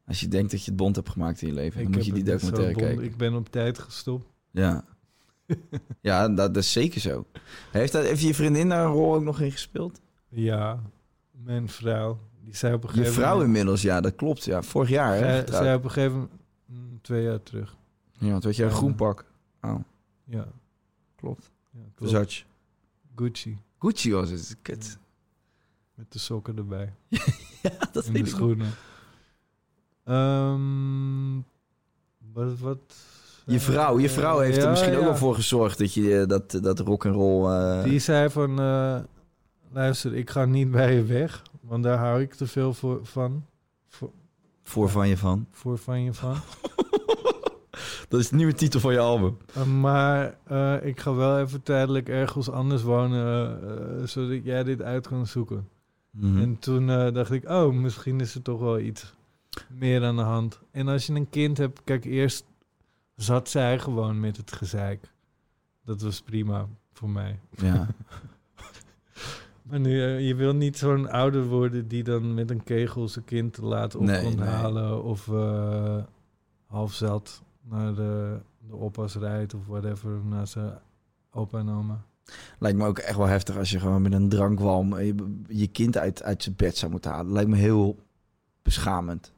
Als je denkt dat je het bond hebt gemaakt in je leven, dan heb moet je die het zo documentaire bond- kijken. Ik ben op tijd gestopt. Ja, ja dat, dat is zeker zo. Heeft, dat, heeft je vriendin daar een rol ook nog in gespeeld? Ja, mijn vrouw. Die zei op een Je gegeven vrouw moment... inmiddels, ja, dat klopt. Ja, vorig jaar, hè? Zij, getrouwd. zei op een gegeven moment... mm, Twee jaar terug. Ja, want weet je, een Ja. groen pak. Oh, Ja, klopt. ja klopt. Versace. Gucci. Gucci was het, kut. Met de sokken erbij. Ja, dat en de weet ik. schoenen. Ehm, wat, wat... Je vrouw, je vrouw heeft er Ja, misschien ook ja. wel voor gezorgd dat je eh, dat, dat rock'n'roll... eh Die zei van, eh, luister, ik ga niet bij je weg, want daar hou ik te veel voor, van. Voor, voor van je van. voor van je van. Dat is de nieuwe titel van je album. Eh, maar eh, ik ga wel even tijdelijk ergens anders wonen, eh, eh, zodat jij dit uit kan zoeken. Mhm. En toen eh, dacht ik, oh, misschien is er toch wel iets meer aan de hand. En als je een kind hebt, kijk, eerst zat zij gewoon met het gezeik. Dat was prima voor mij. Ja. Maar nu, eh, je wil niet zo'n ouder worden die dan met een kegel zijn kind laat op Nee, komt nee. halen of eh, half zat naar de, de oppas rijdt of whatever, naar zijn opa en oma. Lijkt me ook echt wel heftig als je gewoon met een drankwalm eh, je, je kind uit, uit zijn bed zou moeten halen. Lijkt me heel beschamend.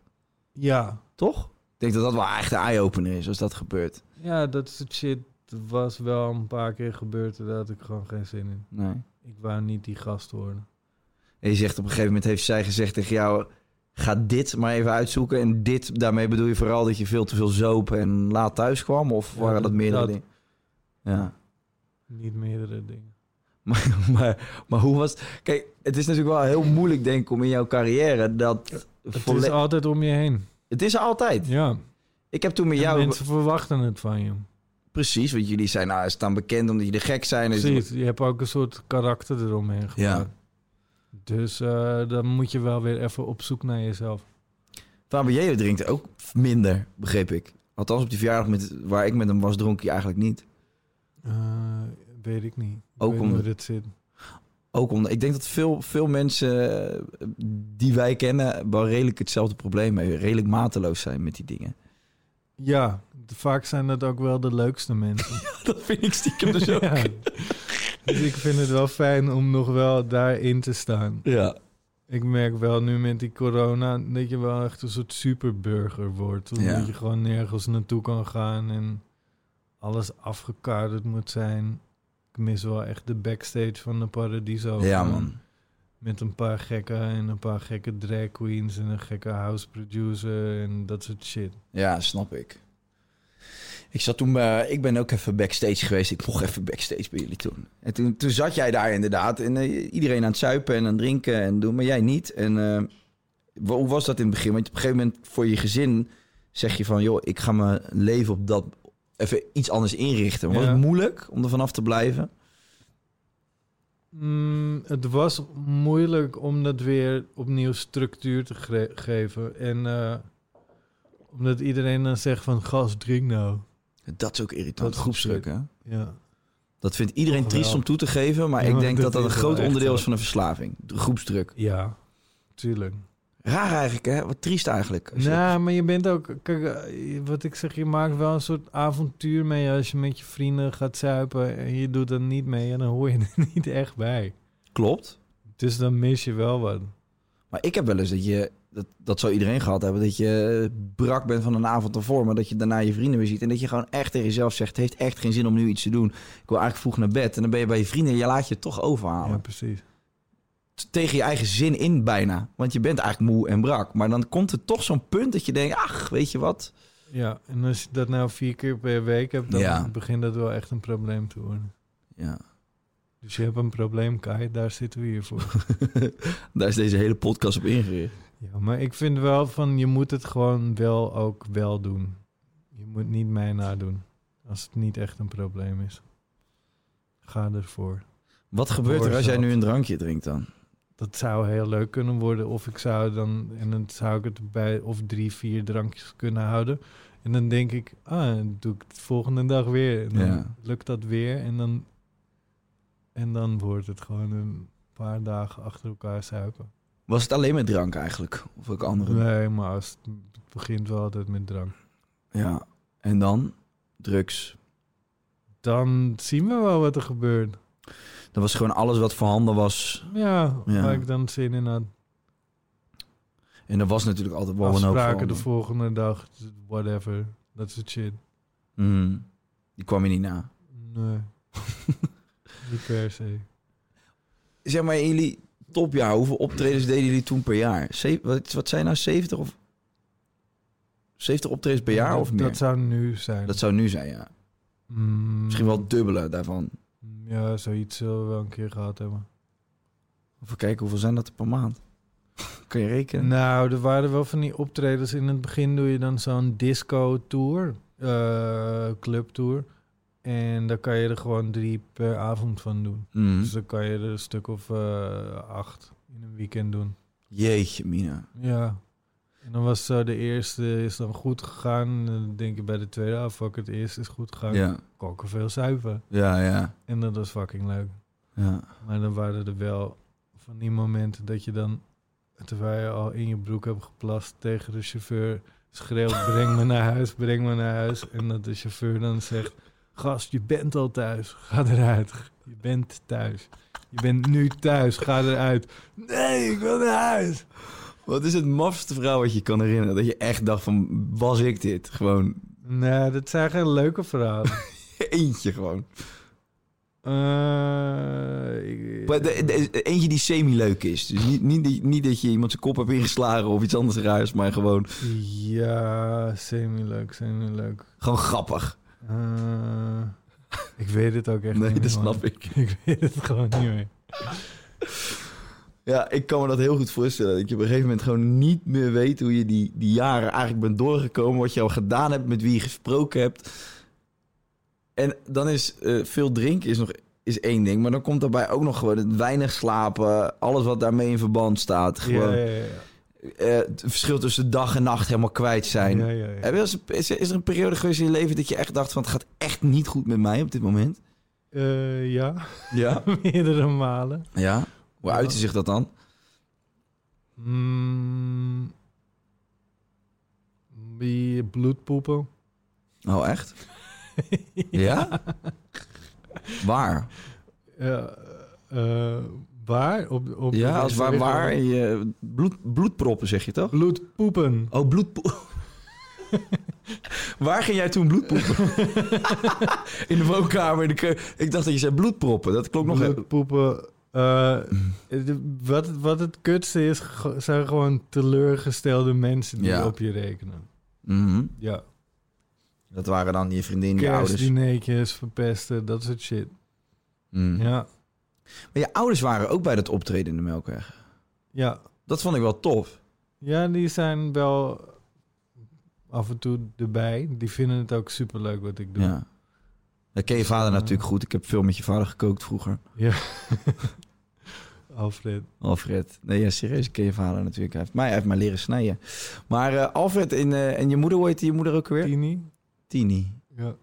Ja, Toch? Ik denk dat dat wel echt een eye-opener is als dat gebeurt. ja, dat soort shit was wel een paar keer gebeurd. Daar had ik gewoon geen zin in. Nee. Ik wou niet die gast worden. En je zegt op een gegeven moment heeft zij gezegd tegen jou... Ga dit maar even uitzoeken. En dit, daarmee bedoel je vooral dat je veel te veel zoop en laat thuis kwam? Of Ja, waren dat dat- meerdere dat. dingen? Ja. Niet meerdere dingen. Maar, maar, maar hoe was... het? Kijk, het is natuurlijk wel heel moeilijk, denk ik, om in jouw carrière dat... Het volle- is altijd om je heen. het is er altijd. Ja. Ik heb toen met En jou... Mensen verwachten het van je. Precies, want jullie zijn, nou, staan bekend omdat jullie gek zijn. Dus- Precies. Je hebt ook een soort karakter eromheen gemaakt. Ja. Dus eh, dan moet je wel weer even op zoek naar jezelf. Fabio drinkt ook minder, begreep ik. Althans, op die verjaardag met, waar ik met hem was, dronk hij eigenlijk niet. Eh, weet ik niet. Ik Ook weet om- niet hoe dit zit. Ook omdat ik denk dat veel, veel mensen eh, die wij kennen wel redelijk hetzelfde probleem hebben. Redelijk mateloos zijn met die dingen. Ja, vaak zijn dat ook wel de leukste mensen. Dat vind ik stiekem dus ook. Ja. Dus ik vind het wel fijn om nog wel daarin te staan. Ja. Ik merk wel nu met die corona dat je wel echt een soort superburger wordt. Omdat Ja. je gewoon nergens naartoe kan gaan en alles afgekaderd moet zijn. Ik mis wel echt de backstage van de Paradiso. Ja, Gewoon man. Met een paar gekken en een paar gekke drag queens en een gekke house producer en dat soort shit. Ja, snap ik. Ik, zat toen bij, ik ben ook even backstage geweest. Ik mocht even backstage bij jullie toen. En toen, toen zat jij daar inderdaad. En eh, iedereen aan het zuipen en aan het drinken en doen. Maar jij niet. En eh, wa- hoe was dat in het begin? Want op een gegeven moment voor je gezin zeg je van... joh, ik ga mijn leven op dat... even iets anders inrichten. Was Ja. het moeilijk om er vanaf te blijven? Mm, het was moeilijk om dat weer opnieuw structuur te gre- geven. En eh, omdat iedereen dan zegt van gas, drink nou. Dat is ook irritant. Dat is Groepsdruk, hè? Ja. Dat vindt iedereen Toch triest wel. om toe te geven. Maar Ja, ik maar denk dat dat dat een is wel groot echt onderdeel zo. is van een verslaving. De groepsdruk. ja, tuurlijk. Raar eigenlijk, hè? Wat triest eigenlijk. als je- Nou, maar je bent ook... Kijk, eh, wat ik zeg, je maakt wel een soort avontuur mee als je met je vrienden gaat zuipen en je doet dat niet mee en dan hoor je er niet echt bij. Klopt. Dus dan mis je wel wat. Maar ik heb wel eens dat je, dat, dat zou iedereen gehad hebben, dat je eh, brak bent van een avond ervoor, maar dat je daarna je vrienden weer ziet. En dat je gewoon echt tegen jezelf zegt, het heeft echt geen zin om nu iets te doen. Ik wil eigenlijk vroeg naar bed. En dan ben je bij je vrienden en je laat je het toch Ja, overhalen. precies. T- Tegen je eigen zin in bijna. Want je bent eigenlijk moe en brak. Maar dan komt er toch zo'n punt dat je denkt, ach, weet je wat? Ja, en als je dat nou vier keer per week hebt, dan Ja. begint dat wel echt een probleem te worden. Ja. Dus je hebt een probleem, Kai, daar zitten we hier voor. Daar is deze hele podcast op ingericht. ja, maar ik vind wel van, je moet het gewoon wel ook wel doen. Je moet niet mij nadoen, als het niet echt een probleem is. Ga ervoor. Wat gebeurt er als jij nu een drankje drinkt dan? Dat zou heel leuk kunnen worden, of ik zou dan, en dan zou ik het bij, of drie, vier drankjes kunnen houden. En dan denk ik, ah, dan doe ik het volgende dag weer. En dan Ja. lukt dat weer, en dan, en dan wordt het gewoon een paar dagen achter elkaar zuipen. Was het alleen met drank eigenlijk? Of ook andere? Nee, maar als het, het begint wel altijd met drank. Ja. En dan? Drugs. Dan zien we wel wat er gebeurt. Dat was gewoon alles wat voorhanden was. Ja, Ja. waar ik dan zin in had. En er was natuurlijk altijd wel een hoop Afspraken de verandering. volgende dag, whatever. Dat soort shit. Mm. Die kwam je niet na. Nee. Niet per se. Zeg maar, in jullie topjaar, hoeveel optredens deden jullie toen per jaar? Ze- wat, wat zijn nou 70 of 70 optredens per jaar dat, of meer? Dat zou nu zijn. Dat zou nu zijn, ja. Mm, Misschien wel het dubbele daarvan. Ja, zoiets zullen we wel een keer gehad hebben. Even kijken, hoeveel zijn dat er per maand? Kun je rekenen? Nou, er waren wel van die optredens. In het begin doe je dan zo'n disco-tour, club clubtour. En daar kan je er gewoon drie per avond van doen. Mm. Dus dan kan je er een stuk of eh, acht in een weekend doen. Jeetje, Mina. Ja. En dan was zo de eerste is dan goed gegaan. Dan denk je bij de tweede, ah fuck, het eerste is goed gegaan. Ja, Koken veel zuipen. ja, ja. En dat was fucking leuk. ja. Maar dan waren er wel van die momenten dat je dan, terwijl je al in je broek hebt geplast, tegen de chauffeur schreeuwt: breng me naar huis, breng me naar huis. En dat de chauffeur dan zegt: gast, je bent al thuis, ga eruit. Je bent thuis. Je bent nu thuis, ga eruit. Nee, ik wil naar huis. Wat is het mafste verhaal wat je kan herinneren? Dat je echt dacht van, was ik dit? Gewoon Nou, Nee, dat zijn geen leuke verhalen. eentje gewoon. Eh, ik- Maar de- de- eentje die semi-leuk is. Dus niet, niet, die- niet dat je iemand zijn kop hebt ingeslagen of iets anders raars, maar gewoon, ja, semi-leuk, semi-leuk. gewoon grappig. Eh, ik weet het ook echt Nee, niet dat meer, man. snap ik. Ik weet het gewoon niet meer. Ja, ik kan me dat heel goed voorstellen. Dat je op een gegeven moment gewoon niet meer weet hoe je die, die jaren eigenlijk bent doorgekomen. Wat je al gedaan hebt, met wie je gesproken hebt. En dan is eh, veel drinken is nog is één ding. Maar dan komt daarbij ook nog gewoon het weinig slapen. Alles wat daarmee in verband staat. Gewoon Ja, ja, ja. eh, het verschil tussen dag en nacht helemaal kwijt zijn. Ja, ja, ja. Heb je wel eens- Is, is er een periode geweest in je leven dat je echt dacht van... het gaat echt niet goed met mij op dit moment? Eh, ja, Ja. meerdere malen. Ja? Hoe Ja. uitte zich dat dan? Mm, die bloedpoepen. Oh, echt? ja? Waar? Ja, eh, waar? Op, op Ja, als waar, waar in je bloed, bloedproppen zeg je toch? Bloedpoepen. Oh, bloedpoepen. waar ging jij toen bloedpoepen? in de woonkamer, in de keuken. Ik dacht dat je zei bloedproppen. Dat klonk nog even. Mm. Bloedpoepen. eh, het- wat, wat het kutste is, ge- zijn gewoon teleurgestelde mensen die Ja. op je rekenen. Mhm. Ja. Dat waren dan je vriendin, je ouders. Kerstdineetjes, verpesten, dat soort shit. Mhm. Ja. Maar je ouders waren ook bij dat optreden in de Melkweg. Ja. Dat vond ik wel tof. Ja, die zijn wel af en toe erbij. Die vinden het ook superleuk wat ik doe. Ja. Dat ken je vader natuurlijk goed. Ik heb veel met je vader gekookt vroeger. Alfred. Alfred. Nee, ja, serieus. Ik ken je vader natuurlijk. Hij heeft mij, hij heeft mij leren snijden. Maar eh, Alfred en, eh, en je moeder, hoe heette je moeder ook weer? Tini. Tini. Ja.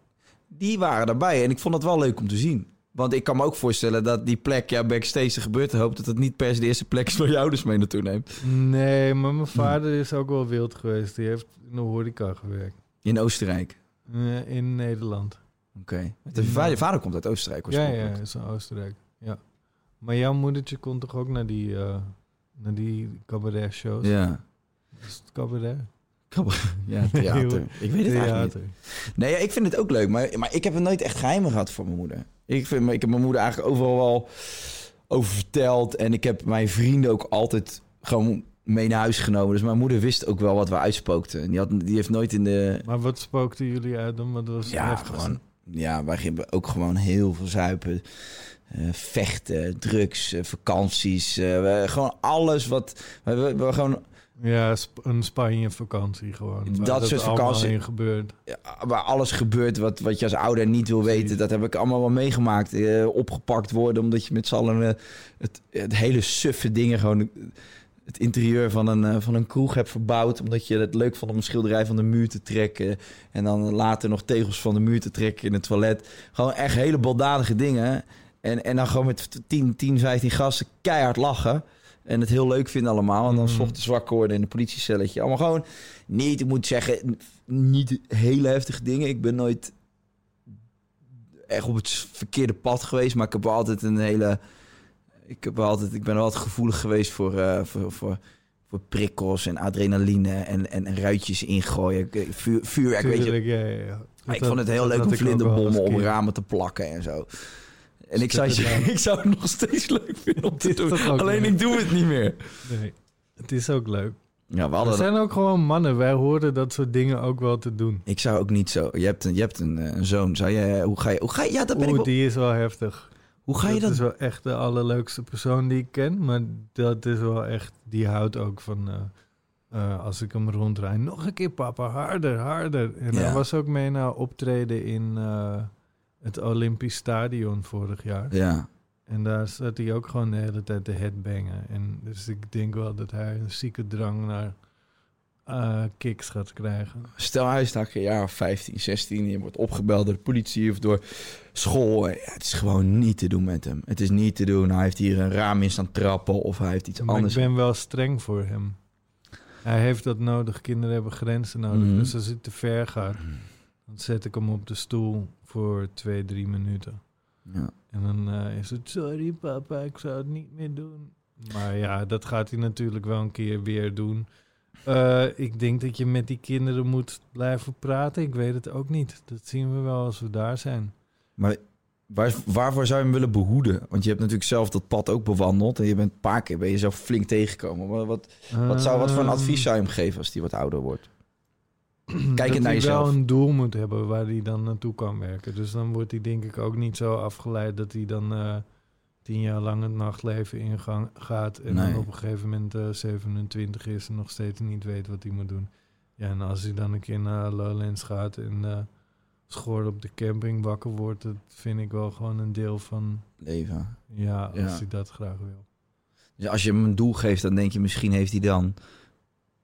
Die waren daarbij en ik vond dat wel leuk om te zien. Want ik kan me ook voorstellen dat die plek, ja, backstage er gebeurt. Ik hoop dat het niet per se de eerste plek is waar je ouders mee naartoe neemt. Nee, maar Mm. mijn vader is ook wel wild geweest. Die heeft in de horeca gewerkt. In Oostenrijk. Eh, in Nederland. Oké. Want Je vader, je vader komt uit Oostenrijk Ja, ja, waarschijnlijk. is in Oostenrijk. Ja. Maar jouw moedertje kon toch ook naar die, eh, naar die cabaret shows? Ja. Is het cabaret? Ja, theater. Ik weet het eigenlijk niet. Nee, ja, ik vind het ook leuk, maar, maar ik heb het nooit echt geheimen gehad voor mijn moeder. Ik, vind, ik heb mijn moeder eigenlijk overal wel over verteld. En ik heb mijn vrienden ook altijd gewoon mee naar huis genomen. Dus mijn moeder wist ook wel wat we uitspookten. En Die, had, die heeft nooit in de... Maar wat spookten jullie uit dan? Wat was Ja, heftig? gewoon, ja wij gingen ook gewoon heel veel zuipen. Eh, vechten, drugs, eh, vakanties. eh, we- gewoon alles wat... We, we- we gewoon, Ja, sp- een Spanje vakantie gewoon. Waar Dat soort allemaal vakantie- in gebeurt. ja, waar alles gebeurt wat, wat je als ouder niet wil weten. Dat heb ik allemaal wel meegemaakt. Eh, opgepakt worden omdat je met z'n allen eh, het, het hele suffe dingen gewoon... eh, Het interieur van een, eh, van een kroeg hebt verbouwd. Omdat je het leuk vond om een schilderij van de muur te trekken. En dan later nog tegels van de muur te trekken in het toilet. Gewoon echt hele baldadige dingen. En, en dan gewoon met 10, 10, 15 gasten keihard lachen. En het heel leuk vinden allemaal. En dan Mhm. zocht ochtends wakker worden in een politiecelletje. Allemaal gewoon niet, ik moet zeggen, niet hele heftige dingen. Ik ben nooit echt op het verkeerde pad geweest. Maar ik heb wel altijd een hele... Ik, heb wel altijd, ik ben wel altijd gevoelig geweest voor, eh, voor, voor, voor prikkels en adrenaline en, en, en ruitjes ingooien. Ik- eh, Vuur, vuurwerk, weet je. Tuurlijk, ja, ja, ja. Maar Dat ik vond het had- heel dat leuk had om ik ook wel als vlinderbommen om kind. ramen te plakken en zo. En ik zou, je- Stukken ramen. ik zou het nog steeds leuk vinden om te Dit is doen. toch ook Alleen leuk? ik doe het niet meer. Nee, het is ook leuk. Ja, we Er hadden zijn ook gewoon mannen. Wij horen dat soort dingen ook wel te doen. Ik zou ook niet zo... Je hebt een, je hebt een, eh, een zoon. Zou je, hoe ga je... Hoe ga je ja, dat ben ik Oeh, wel- die is wel heftig. Hoe ga je dat dat... is wel echt de allerleukste persoon die ik ken. Maar dat is wel echt... Die houdt ook van... eh, eh, als ik hem rondrijd. Nog een keer, papa. Harder, harder. En Ja. hij was ook mee naar optreden in eh, het Olympisch Stadion vorig jaar. Ja. En daar zat hij ook gewoon de hele tijd te headbangen. En dus ik denk wel dat hij een zieke drang naar eh, kicks gaat krijgen. Stel, hij is daar een jaar of 15, 16. Je wordt opgebeld door de politie of door school. Ja, het is gewoon niet te doen met hem. Het is niet te doen. Hij heeft hier een raam in staan trappen of hij heeft iets Maar anders. ik ben wel streng voor hem. Hij heeft dat nodig. Kinderen hebben grenzen nodig. Mhm. Dus als hij te ver gaat, dan zet ik hem op de stoel voor twee, drie minuten. Ja. En dan eh, is het, sorry papa, ik zou het niet meer doen. Maar ja, dat gaat hij natuurlijk wel een keer weer doen. Eh, ik denk dat je met die kinderen moet blijven praten. Ik weet het ook niet. Dat zien we wel als we daar zijn. Maar Waar, waarvoor zou je hem willen behoeden? Want je hebt natuurlijk zelf dat pad ook bewandeld. En je bent een paar keer ben je zelf flink tegengekomen. Wat, wat, wat, zou, wat voor Ehm, een advies zou je hem geven als hij wat ouder wordt? Kijk dat naar hij jezelf. wel een doel moet hebben waar hij dan naartoe kan werken. Dus dan wordt hij denk ik ook niet zo afgeleid dat hij dan eh, tien jaar lang het nachtleven ingang gaat. En Nee. dan op een gegeven moment eh, 27 is en nog steeds niet weet wat hij moet doen. Ja, en als hij dan een keer naar Lowlands gaat en eh schoor op de camping wakker wordt, dat vind ik wel gewoon een deel van Leven. ja, als Ja. hij dat graag wil. Dus als je hem een doel geeft, dan denk je misschien heeft hij dan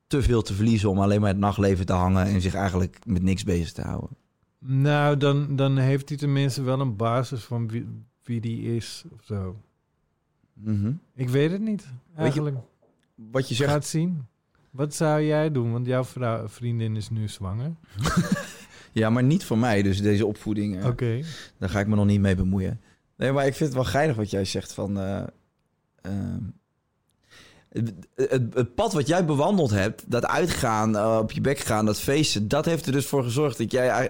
te veel te verliezen om alleen maar het nachtleven te hangen en zich eigenlijk met niks bezig te houden. Nou, dan, dan heeft hij tenminste wel een basis van wie, wie die is of zo. Ik weet het niet. Eigenlijk. Mhm. Wat je Je zegt, gaat zien. Wat zou jij doen? Want jouw vrou- vriendin is nu zwanger. ja, maar niet voor mij. Dus deze opvoeding, eh, Oké. daar ga ik me nog niet mee bemoeien. Nee, maar ik vind het wel geinig wat jij zegt van. eh, ehm, het, het, het pad wat jij bewandeld hebt, dat uitgaan, eh, op je bek gaan, dat feesten, dat heeft er dus voor gezorgd dat jij ei-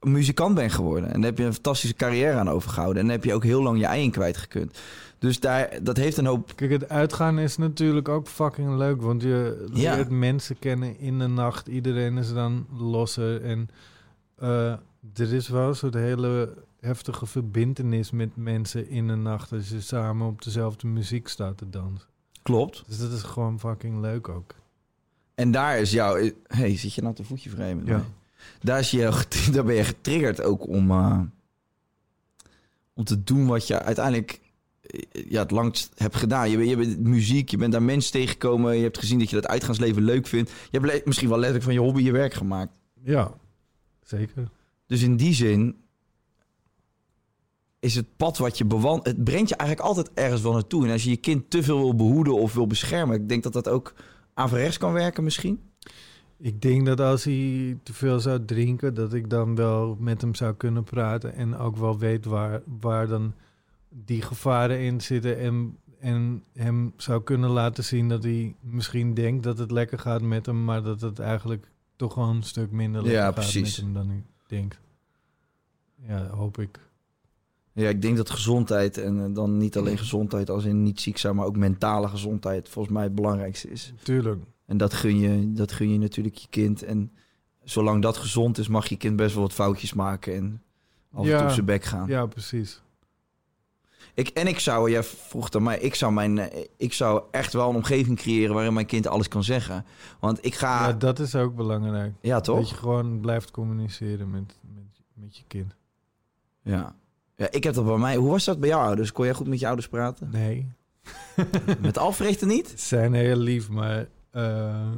een muzikant bent geworden. En daar heb je een fantastische carrière aan overgehouden. En daar heb je ook heel lang je ei in kwijt gekund. Dus daar, dat heeft een hoop. Kijk, het uitgaan is natuurlijk ook fucking leuk. Want je Ja. leert mensen kennen in de nacht. Iedereen is dan losser. En eh, er is wel een soort hele heftige verbindenis met mensen in de nacht. Als je samen op dezelfde muziek staat te dansen. Klopt. Dus dat is gewoon fucking leuk ook. En daar is jouw. hey, zit je nou te voetje vreemd? Ja. Daar, is je, daar ben je getriggerd ook om, eh, om te doen wat je uiteindelijk eh, ja, het langst hebt gedaan. Je, bent- je bent muziek, je bent daar mensen tegengekomen. Je hebt gezien dat je dat uitgaansleven leuk vindt. Je hebt le- misschien wel letterlijk van je hobby je werk gemaakt. Ja, zeker. Dus in die zin is het pad wat je bewandelt... Het brengt je eigenlijk altijd ergens wel naartoe. En als je je kind te veel wil behoeden of wil beschermen... ik denk dat dat ook averechts kan werken misschien. Ik denk dat als hij te veel zou drinken, dat ik dan wel met hem zou kunnen praten. En ook wel weet waar, waar dan die gevaren in zitten. En, en hem zou kunnen laten zien dat hij misschien denkt dat het lekker gaat met hem. Maar dat het eigenlijk toch wel een stuk minder lekker Ja, gaat precies. met hem dan ik denk. Ja, hoop ik. Ja, ik denk dat gezondheid, en eh, dan niet alleen gezondheid als in niet ziek zijn, maar ook mentale gezondheid volgens mij het belangrijkste is. Tuurlijk. En dat gun je, dat gun je natuurlijk je kind. En zolang dat gezond is, mag je kind best wel wat foutjes maken en af en toe Ja. op zijn bek gaan. Ja, precies. Ik, en ik zou, jij vroeg aan mij, ik zou, mijn, eh, ik zou echt wel een omgeving creëren waarin mijn kind alles kan zeggen. Want ik ga, Ja, ja, dat is ook belangrijk. Dat Ah. toch? je gewoon blijft communiceren met, met, met je kind. Ja. ja, ik heb dat bij mij. Hoe was dat bij jou ouders? Kon jij goed met je ouders praten? Nee. Met Alfred er niet? Ze zijn heel lief, maar eh,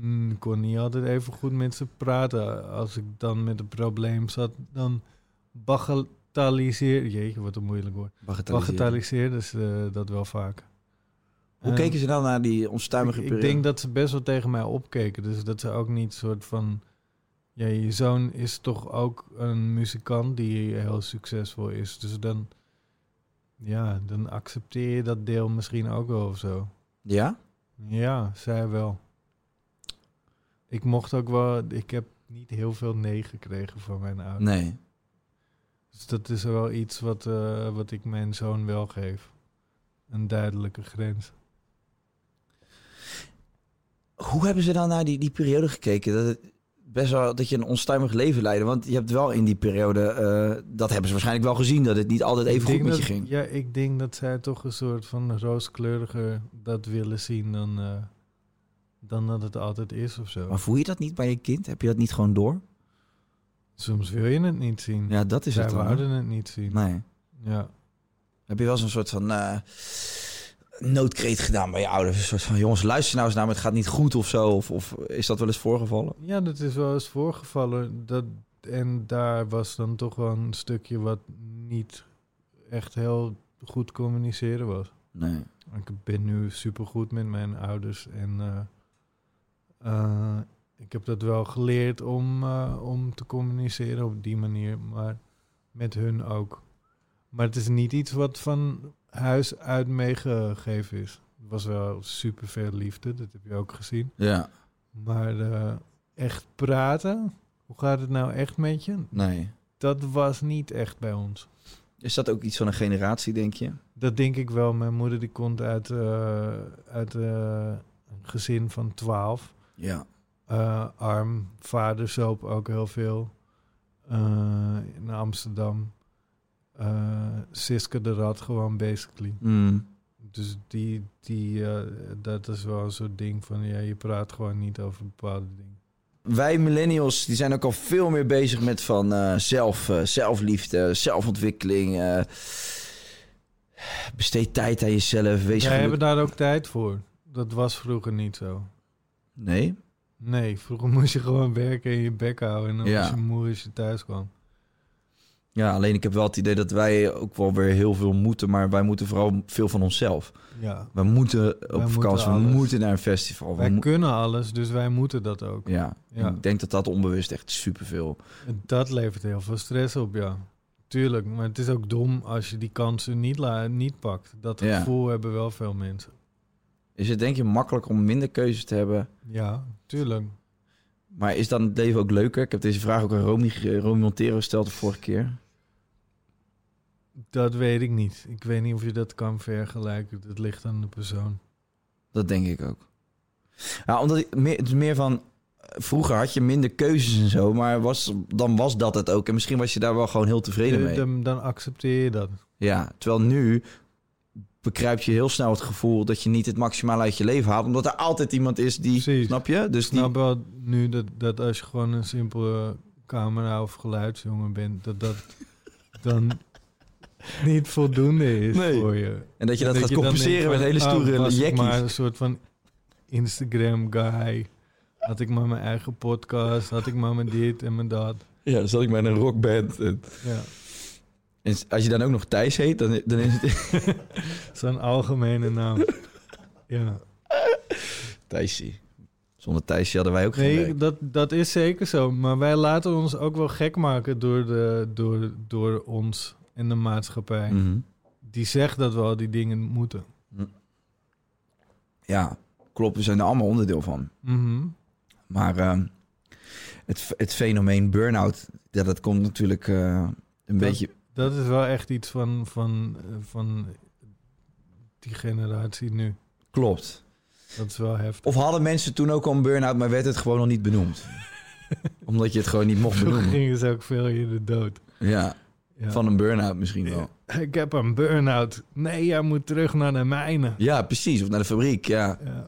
mm, ik kon niet altijd even goed met ze praten. Als ik dan met een probleem zat, dan bagatelliseer... Jeetje, wat een moeilijk woord. Bagatelliseerden ze eh, dat wel vaak. Hoe Eh, keken ze dan naar die onstuimige ik, ik periode? denk dat ze best wel tegen mij opkeken. Dus dat ze ook niet soort van... Ja, je zoon is toch ook een muzikant die heel succesvol is. Dus dan... Ja, dan accepteer je dat deel misschien ook wel of zo. Ja? Ja, zij wel. Ik mocht ook wel... Ik heb niet heel veel nee gekregen van mijn ouders. Nee. Dus dat is wel iets wat, eh, wat ik mijn zoon wel geef. Een duidelijke grens. Hoe hebben ze dan naar die, die periode gekeken? Dat het best wel dat je een onstuimig leven leidde. Want je hebt wel in die periode, eh, dat hebben ze waarschijnlijk wel gezien, dat het niet altijd even Ik goed denk met je dat- ging. Ja, ik denk dat zij toch een soort van rooskleuriger dat willen zien dan, eh, dan dat het altijd is of zo. Maar voel je dat niet bij je kind? Heb je dat niet gewoon door? Soms wil je het niet zien. Ja, dat is zij het dan. hè? wouden het niet zien. Nee. Ja. Heb je wel eens een soort van eh, noodkreet gedaan bij je ouders? Een soort van, jongens, luister nou eens naar me, het gaat niet goed of zo. Of, of is dat wel eens voorgevallen? ja, dat is wel eens voorgevallen. Dat, en daar was dan toch wel een stukje wat niet echt heel goed communiceren was. Nee. Ik ben nu supergoed met mijn ouders en eh, eh, ik heb dat wel geleerd om, eh, om te communiceren op die manier, maar met hun ook. Maar het is niet iets wat van huis uit meegegeven is. Het was wel super veel liefde, dat heb je ook gezien. Ja, Maar eh, echt praten, hoe gaat het nou echt met je? nee. dat was niet echt bij ons. Is dat ook iets van een generatie, denk je? Dat denk ik wel. Mijn moeder die komt uit, eh, uit eh, een gezin van twaalf. Ja. Eh, arm, vader zoop ook heel veel. Eh, in Amsterdam. Eh Siske de Rad gewoon, basically. Hmm. Dus die, die, eh, dat is wel een soort ding van... Ja, je praat gewoon niet over bepaalde dingen. Wij millennials die zijn ook al veel meer bezig met van eh, zelf, eh, zelfliefde, zelfontwikkeling. eh, besteed tijd aan jezelf, wees Wij geluk- hebben daar ook tijd voor. Dat was vroeger niet zo. Nee? Nee, vroeger moest je gewoon werken en je bek houden. En dan Ja. was je moe als je thuis kwam. Ja, alleen ik heb wel het idee dat wij ook wel weer heel veel moeten, maar wij moeten vooral veel van onszelf. Ja. We moeten op moeten vakantie, we alles. moeten naar een festival. Wij we mo- kunnen alles, dus wij moeten dat ook. ja. Ja. ik denk dat dat onbewust echt superveel... En Dat levert heel veel stress op, ja. Tuurlijk, maar het is ook dom als je die kansen niet, la- niet pakt. Dat Ja. gevoel hebben wel veel mensen. Is het denk je makkelijk om minder keuzes te hebben? Ja, tuurlijk. Maar is dan het leven ook leuker? Ik heb deze vraag ook aan Romy, ge- Romy Montero gesteld de vorige keer. Dat weet ik niet. Ik weet niet of je dat kan vergelijken. Dat ligt aan de persoon. Dat denk ik ook. Ja, omdat ik meer, het is meer van. eh, Vroeger had je minder keuzes en zo, maar was, dan was dat het ook. En misschien was je daar wel gewoon heel tevreden Eh, mee. Dan, dan accepteer je dat. Ja, terwijl nu bekruip je heel snel het gevoel dat je niet het maximale uit je leven haalt, omdat er altijd iemand is die, Precies. snap je? Dus Ik snap wel nu dat, dat als je gewoon een simpele camera of geluidsjongen bent, dat dat dan niet voldoende is Nee. voor je. die, en dat je dat, En gaat dan compenseren denkt met van, hele stoere oh, was ik jackies. maar een soort van Instagram-guy. Had ik maar mijn eigen podcast, had ik maar mijn dit en mijn dat. Ja, dan zat ik met een rockband. En, Ja. en als je dan ook nog Thijs heet, dan, dan is het Zo'n algemene naam. Ja. Thijsie. Zonder Thijsie hadden wij ook geen Nee, werk. dat, dat is zeker zo. Maar wij laten ons ook wel gek maken door, de, door, door ons en de maatschappij. Mhm. Die zegt dat we al die dingen moeten. Ja, klopt. We zijn er allemaal onderdeel van. Mhm. Maar ehm, het, f- het fenomeen burn-out, ja, dat komt natuurlijk eh, een Dat- beetje... Dat is wel echt iets van, van, eh, van die generatie nu. Klopt. Dat is wel heftig. Of hadden mensen toen ook al een burn-out, maar werd het gewoon nog niet benoemd? Omdat je het gewoon niet mocht Vroeger benoemen. gingen ze ook veel in de dood. Ja, Ja. van een burn-out misschien wel. Ik heb een burn-out. Nee, jij moet terug naar de mijnen. Ja, precies. Of naar de fabriek, ja. Ja.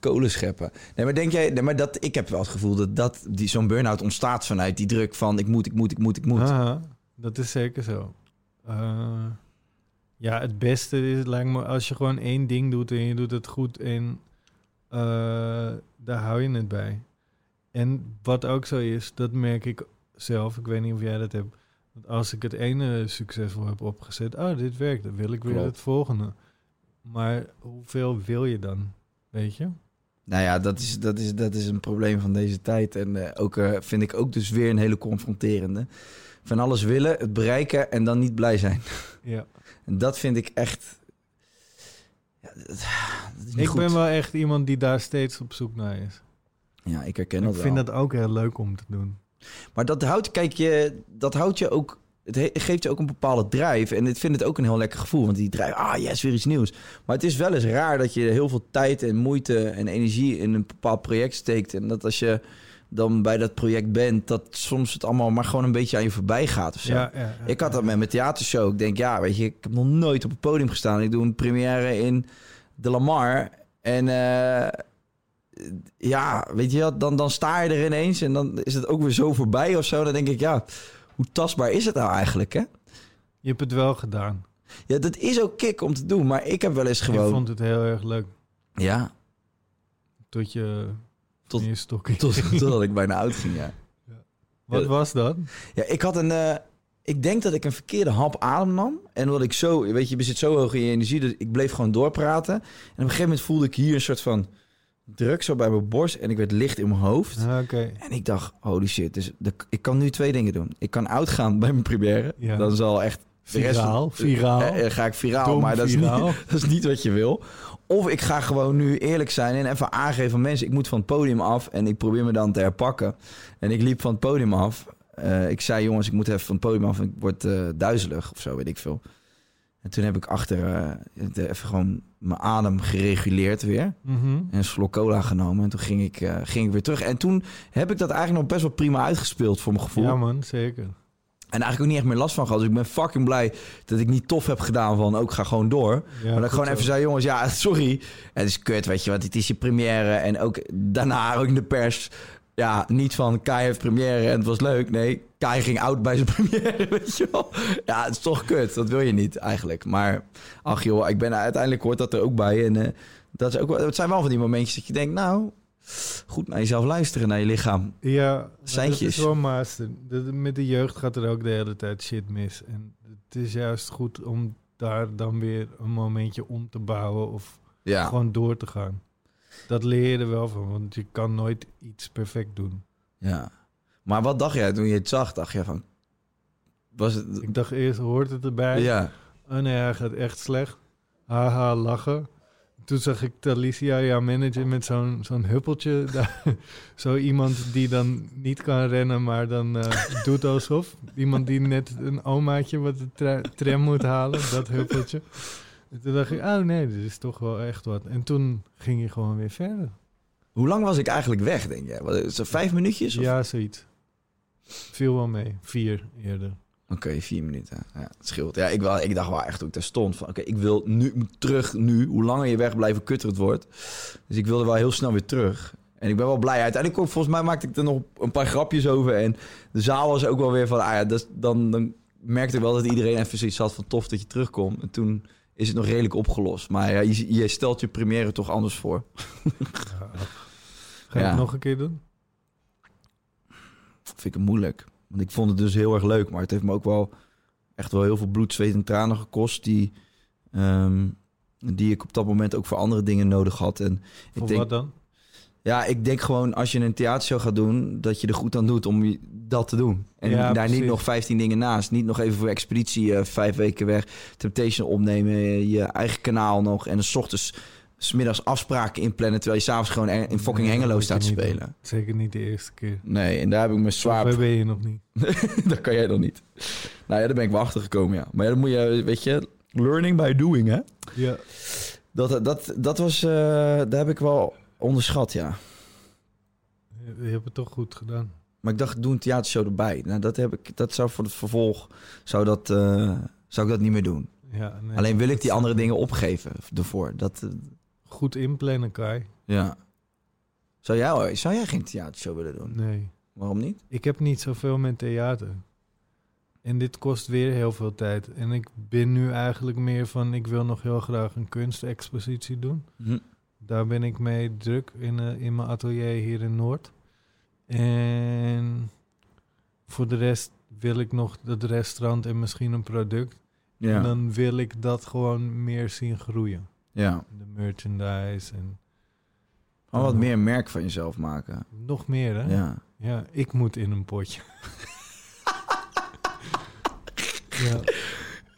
Kolen scheppen. Nee, maar denk jij... Nee, maar dat, ik heb wel het gevoel dat, dat die, zo'n burn-out ontstaat vanuit die druk van... ik moet, ik moet, ik moet, ik moet. Aha, dat is zeker zo. Eh, ja, het beste is, lijkt me, als je gewoon één ding doet en je doet het goed en eh, daar hou je het bij. En wat ook zo is, dat merk ik zelf, ik weet niet of jij dat hebt. Want als ik het ene succesvol heb opgezet, oh, dit werkt, dan wil ik weer Klopt. het volgende. Maar hoeveel wil je dan? Weet je? Nou ja, dat is, dat, is, dat is een probleem van deze tijd. En eh, ook, eh, vind ik ook dus weer een hele confronterende. Van alles willen, het bereiken en dan niet blij zijn. Ja. En dat vind ik echt... Ja, dat, dat is niet Ik goed. ben wel echt iemand die daar steeds op zoek naar is. Ja, ik herken Ik dat wel. vind dat ook heel leuk om te doen. Maar dat houdt, kijk, je, dat houdt je ook... Het he- geeft je ook een bepaalde drijf. En ik vind het ook een heel lekker gevoel. Want die drijf, ah yes, weer iets nieuws. Maar het is wel eens raar dat je heel veel tijd en moeite en energie in een bepaald project steekt. En dat als je dan bij dat project bent, dat soms het allemaal maar gewoon een beetje aan je voorbij gaat of zo. Ik had dat met mijn theatershow. Ik denk, ja, weet je, ik heb nog nooit op het podium gestaan. Ik doe een première in de Lamar. En eh, ja, weet je wat, dan, dan sta je er ineens en dan is het ook weer zo voorbij of zo. Dan denk ik, ja, hoe tastbaar is het nou eigenlijk, hè? Je hebt het wel gedaan. Ja, dat is ook kick om te doen, maar ik heb wel eens Ik gewoon... vond het heel erg leuk. Ja, Tot je Tot- tot, stokje. tot, totdat ik bijna oud ging, ja. Wat was dat? Ja, ik had een. eh, ik denk dat ik een verkeerde hap adem nam. En wat ik zo. Weet je, je zit zo hoog in je energie. Dus ik bleef gewoon doorpraten. En op een gegeven moment voelde ik hier een soort van druk zo bij mijn borst. En ik werd licht in mijn hoofd. Ah, Oké. En ik dacht, holy shit. Dus de- ik kan nu twee dingen doen. Ik kan uitgaan bij mijn première. Ja. Dan zal echt. de rest van- Viraal, viraal. Eh, eh, ga ik viraal, Dom maar dat, viraal. Is niet, dat is niet wat je wil. Of ik ga gewoon nu eerlijk zijn en even aangeven aan mensen... ik moet van het podium af en ik probeer me dan te herpakken. En ik liep van het podium af Eh, ik zei, jongens, ik moet even van het podium af. Ik word eh, duizelig of zo, weet ik veel. En toen heb ik achter eh, de- even gewoon mijn adem gereguleerd weer. Mhm. En een slok cola genomen. En toen ging ik, eh, ging ik weer terug. En toen heb ik dat eigenlijk nog best wel prima uitgespeeld voor mijn gevoel. Ja man, zeker. En eigenlijk ook niet echt meer last van gehad. Dus ik ben fucking blij dat ik niet tof heb gedaan van ook ga gewoon door. Ja, maar dat goed ik gewoon zo. even zei, jongens, ja, sorry. Het is kut, weet je, want het is je première. En ook daarna ook in de pers. Ja, niet van Kai heeft première en het was leuk. Nee, Kai ging oud bij zijn première, weet je wel. Ja, het is toch kut. Dat wil je niet eigenlijk. Maar ach joh, ik ben uiteindelijk hoort dat er ook bij. En eh, dat is ook, wel- het zijn wel van die momentjes dat je denkt, nou, goed naar jezelf luisteren, naar je lichaam. Ja, maar dat Seintjes. is wel master. Dat- met de jeugd gaat er ook de hele tijd shit mis. En het is juist goed om daar dan weer een momentje om te bouwen of Ja. gewoon door te gaan. Dat leer je er wel van, want je kan nooit iets perfect doen. Ja. Maar wat dacht jij toen je het zag? Dacht jij van... Was het... Ik dacht eerst, hoort het erbij? Ja. Oh nee, hij gaat echt slecht. Haha, lachen. Toen zag ik Talicia, jouw manager, met zo'n zo'n huppeltje. daar. zo iemand die dan niet kan rennen, maar dan eh, doet alsof. Iemand die net een omaatje wat de tra- tram moet halen, dat huppeltje. En toen dacht ik, oh nee, dit is toch wel echt wat. En toen ging je gewoon weer verder. Hoe lang was ik eigenlijk weg, denk jij? Was het zo vijf minuutjes? Of... Ja, zoiets. Viel wel mee. Vier eerder. Oké, vier minuten. Ja, het scheelt. Ja, ik, wel, ik dacht wel echt toen ik daar stond van... Oké, ik wil nu terug nu. Hoe langer je weg blijft, hoe kutter het wordt. Dus ik wilde wel heel snel weer terug. En ik ben wel blij. Uiteindelijk, ook, volgens mij maakte ik er nog een paar grapjes over. En de zaal was ook wel weer van... Ah ja, dat, is- dan, dan merkte ik wel dat iedereen even zoiets had van... Tof dat je terugkomt. En toen is het nog redelijk opgelost. Maar ja, je, je stelt je première toch anders voor. Ja. Ga je Ja. het nog een keer doen? vind ik het moeilijk. Want ik vond het dus heel erg leuk. Maar het heeft me ook wel echt wel heel veel bloed, zweet en tranen gekost. Die, ehm, die ik op dat moment ook voor andere dingen nodig had. En ik Of denk, wat dan? ja, ik denk gewoon als je een theatershow gaat doen, dat je er goed aan doet om je- dat te doen. En Ja, daar niet precies. nog 15 dingen naast. Niet nog even voor expeditie eh, vijf weken weg. Temptation opnemen, eh, je eigen kanaal nog. En s ochtends, s middags afspraken inplannen. Terwijl je s'avonds gewoon er- in fucking Nee, dat Hengelo moet staat te je niet spelen. doen. Zeker niet de eerste keer. Nee, en daar heb ik me zwaar Waar ben je nog niet? dat kan jij dan niet. Nou ja, daar ben ik wel achter gekomen, ja. Maar ja, dan moet je, weet je, learning by doing, hè? Ja. Dat, dat, dat was, eh, daar heb ik wel onderschat, ja. Je je hebt het toch goed gedaan. Maar ik dacht, doe een theatershow erbij. Nou, dat, heb ik, dat zou voor het vervolg, zou, dat, eh, zou ik dat niet meer doen. Ja, nee. Alleen wil ik die andere dingen opgeven ervoor. Dat, eh, Goed inplannen, Kai. ja. Zou jij, oh, zou jij geen theatershow willen doen? Nee. Waarom niet? Ik heb niet zoveel met theater. En dit kost weer heel veel tijd. En ik ben nu eigenlijk meer van... ik wil nog heel graag een kunstexpositie doen. Hm. Daar ben ik mee druk in, eh, in mijn atelier hier in Noord. En voor de rest wil ik nog het restaurant en misschien een product. En Ja. dan wil ik dat gewoon meer zien groeien. ja. De merchandise en Al wat meer een merk van jezelf maken. nog meer, hè? Ja. Ja, ik moet in een potje. ja,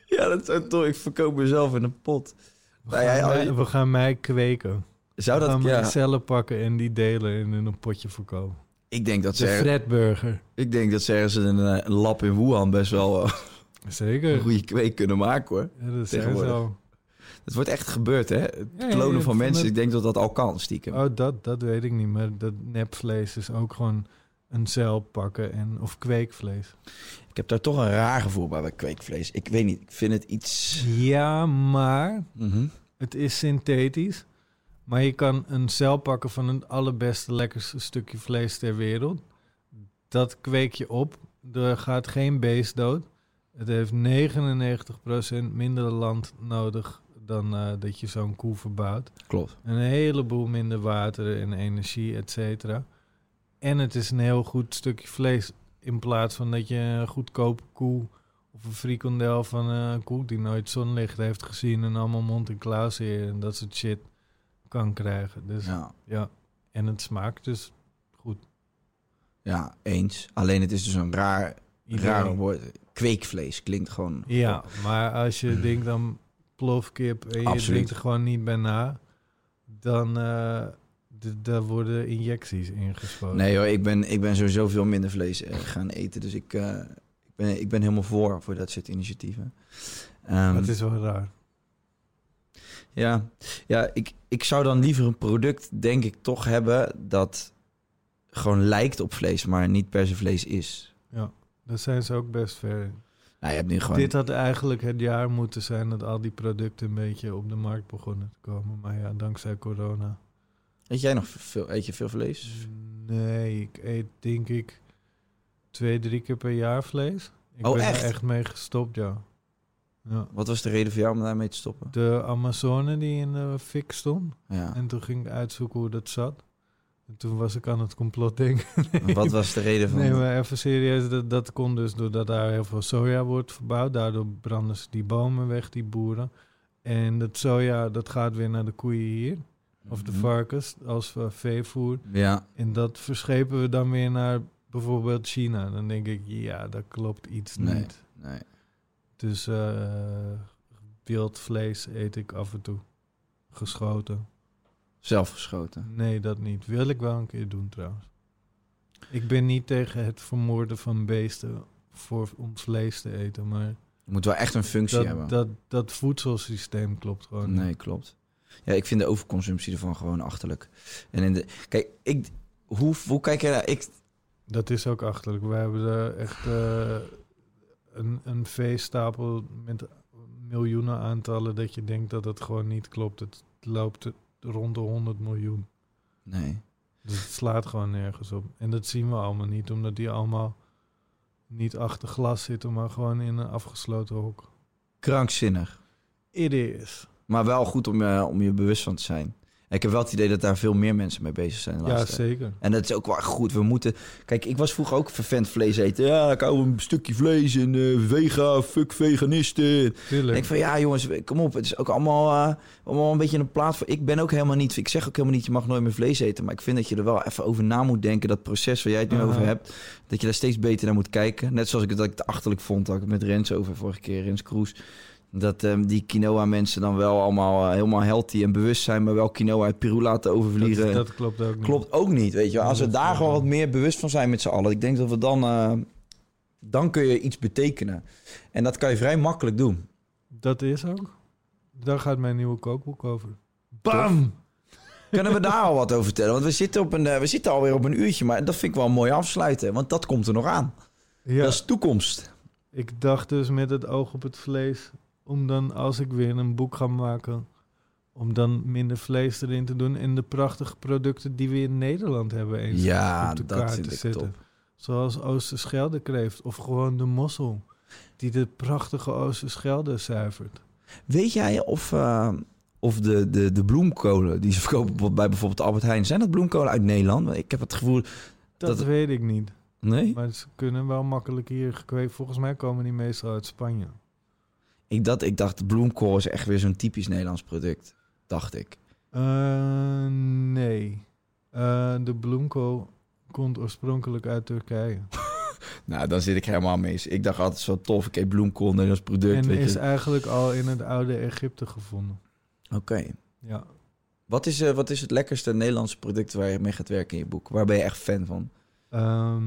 Ja, dat zou toch. Ik verkoop mezelf in een pot. we, Nou, gaan jij- mij, we gaan mij kweken. Zou we dat, gaan ja. mijn cellen pakken en die delen en in een potje verkopen. Ik denk dat De ze, er- Fredburger. ik denk dat ze ergens in een eh, lab in Wuhan best wel eh, een Zeker. goede kweek kunnen maken hoor. Ja, dat zijn Tegenwoordig. zo. Het wordt echt gebeurd hè. Het Ja, ja, klonen ja, van van mensen, het- ik denk dat dat al kan stiekem. Oh, dat, dat weet ik niet. Maar dat nepvlees is ook gewoon een cel pakken en, of kweekvlees. Ik heb daar toch een raar gevoel bij bij kweekvlees. Ik weet niet, ik vind het iets... Ja, maar Mhm. Het is synthetisch. Maar je kan een cel pakken van het allerbeste, lekkerste stukje vlees ter wereld. Dat kweek je op. Er gaat geen beest dood. Het heeft 99% minder land nodig dan eh, dat je zo'n koe verbouwt. Klopt. Een heleboel minder water en energie, et cetera. En het is een heel goed stukje vlees. In plaats van dat je een goedkope koe of een frikandel van eh, een koe die nooit zonlicht heeft gezien en allemaal mond- en klauwzeer en dat soort shit kan krijgen. Dus ja. Ja. En het smaakt dus ja, eens. Alleen het is dus een raar, iedereen. raar woord. Kweekvlees klinkt gewoon... Ja, maar als je denkt dan plofkip en je Absoluut. denkt er gewoon niet bij na, dan, eh, d- daar worden injecties ingespoten. Nee hoor, ik ben, ik ben sowieso veel minder vlees eh, gaan eten. Dus ik, eh, ik, ben, ik ben helemaal voor, voor dat soort initiatieven. Ehm, Maar het is wel raar. Ja, ja ik, ik zou dan liever een product, denk ik, toch hebben dat gewoon lijkt op vlees, maar niet per se vlees is. Daar zijn ze ook best ver in. Nou, je hebt nu gewoon... Dit had eigenlijk het jaar moeten zijn dat al die producten een beetje op de markt begonnen te komen. Maar ja, dankzij corona. Eet jij nog veel, eet je veel vlees? Nee, ik eet denk ik twee, drie keer per jaar vlees. Ik Oh, ben echt? er echt mee gestopt, ja. ja. Wat was de reden voor jou om daarmee te stoppen? De Amazone die in de fik stond. Ja. En toen ging ik uitzoeken hoe dat zat. En toen was ik aan het complot denken. Wat was de reden van... Nee, maar even serieus. Dat, dat kon dus doordat daar heel veel soja wordt verbouwd. Daardoor branden ze die bomen weg, die boeren. En dat soja, dat gaat weer naar de koeien hier. Of de Mhm. varkens, als eh, veevoer. Ja, En dat verschepen we dan weer naar bijvoorbeeld China. Dan denk ik, ja, dat klopt iets Nee. niet. nee. Dus eh, wild vlees eet ik af en toe. Geschoten. Zelf geschoten. Nee, dat niet. Wil ik wel een keer doen trouwens. Ik ben niet tegen het vermoorden van beesten voor, om vlees te eten. Maar Je moet wel echt een functie hebben. dat, oh, dat, dat voedselsysteem klopt gewoon niet. Nee, klopt. Ja, ik vind de overconsumptie ervan gewoon achterlijk. En in de, kijk, ik, hoe, hoe kijk jij naar... Ik, Dat is ook achterlijk. We hebben er echt eh, een, een veestapel met miljoenen aantallen dat je denkt dat het gewoon niet klopt. Het loopt rond de 100 miljoen. nee. Dus het slaat gewoon nergens op. En dat zien we allemaal niet, omdat die allemaal niet achter glas zitten, maar gewoon in een afgesloten hok. Krankzinnig. It is. Maar wel goed om, eh, om je bewust van te zijn. En ik heb wel het idee dat daar veel meer mensen mee bezig zijn. de Ja, laatste tijd. zeker. En dat is ook wel goed. We moeten. Kijk, ik was vroeger ook vervent vlees eten. Ja, ik hou een stukje vlees en eh, vega, fuck veganisten. Ik denk Tuurlijk. van ja, jongens, kom op. Het is ook allemaal, eh, allemaal een beetje een plaat voor. Ik ben ook helemaal niet. Ik zeg ook helemaal niet, je mag nooit meer vlees eten. Maar ik vind dat je er wel even over na moet denken. Dat proces waar jij het nu Ja. over hebt. Dat je daar steeds beter naar moet kijken. Net zoals ik het, dat ik het achterlijk vond. Dat ik het met Rens over vorige keer, Rens Kroes. Dat ehm, die quinoa-mensen dan wel allemaal eh, helemaal healthy en bewust zijn. Maar wel quinoa uit Peru laten Dat, overvliegen. dat klopt ook niet. Klopt ook niet, weet je wel. Als we Nee, dat daar is gewoon waar. wat meer bewust van zijn met z'n allen. Ik denk dat we dan... eh, dan kun je iets betekenen. En dat kan je vrij makkelijk doen. Dat is ook. Daar gaat mijn nieuwe kookboek over. Bam! Kunnen we daar al wat over vertellen? Want we zitten, op een, eh, we zitten alweer op een uurtje. Maar dat vind ik wel een mooi afsluiten. Want dat komt er nog aan. Ja. Dat is toekomst. Ik dacht dus met het oog op het vlees, om dan als ik weer een boek ga maken, om dan minder vlees erin te doen en de prachtige producten die we in Nederland hebben eens Ja, op de dat kaart vind te ik zetten. top. Zoals Oosterschelde kreeft of gewoon de mossel, die de prachtige Oosterschelde zuivert. Weet jij of, eh, of de, de, de bloemkolen die ze verkopen bij bijvoorbeeld Albert Heijn... zijn dat bloemkolen uit Nederland? Want Ik heb het gevoel... Dat, Dat- weet ik niet, Nee? maar ze kunnen wel makkelijk hier gekweekt. Volgens mij komen die meestal uit Spanje. Ik, dat, ik dacht, bloemkool is echt weer zo'n typisch Nederlands product. Dacht ik. Eh, nee, Eh, de bloemkool komt oorspronkelijk uit Turkije. Nou, dan zit ik helemaal mis. Ik dacht altijd zo tof, ik eet bloemkool, Nederlands product. En weet is je. eigenlijk al in het oude Egypte gevonden. Oké. Ja. Wat, is, eh, wat is het lekkerste Nederlandse product waar je mee gaat werken in je boek? Waar ben je echt fan van? Ehm,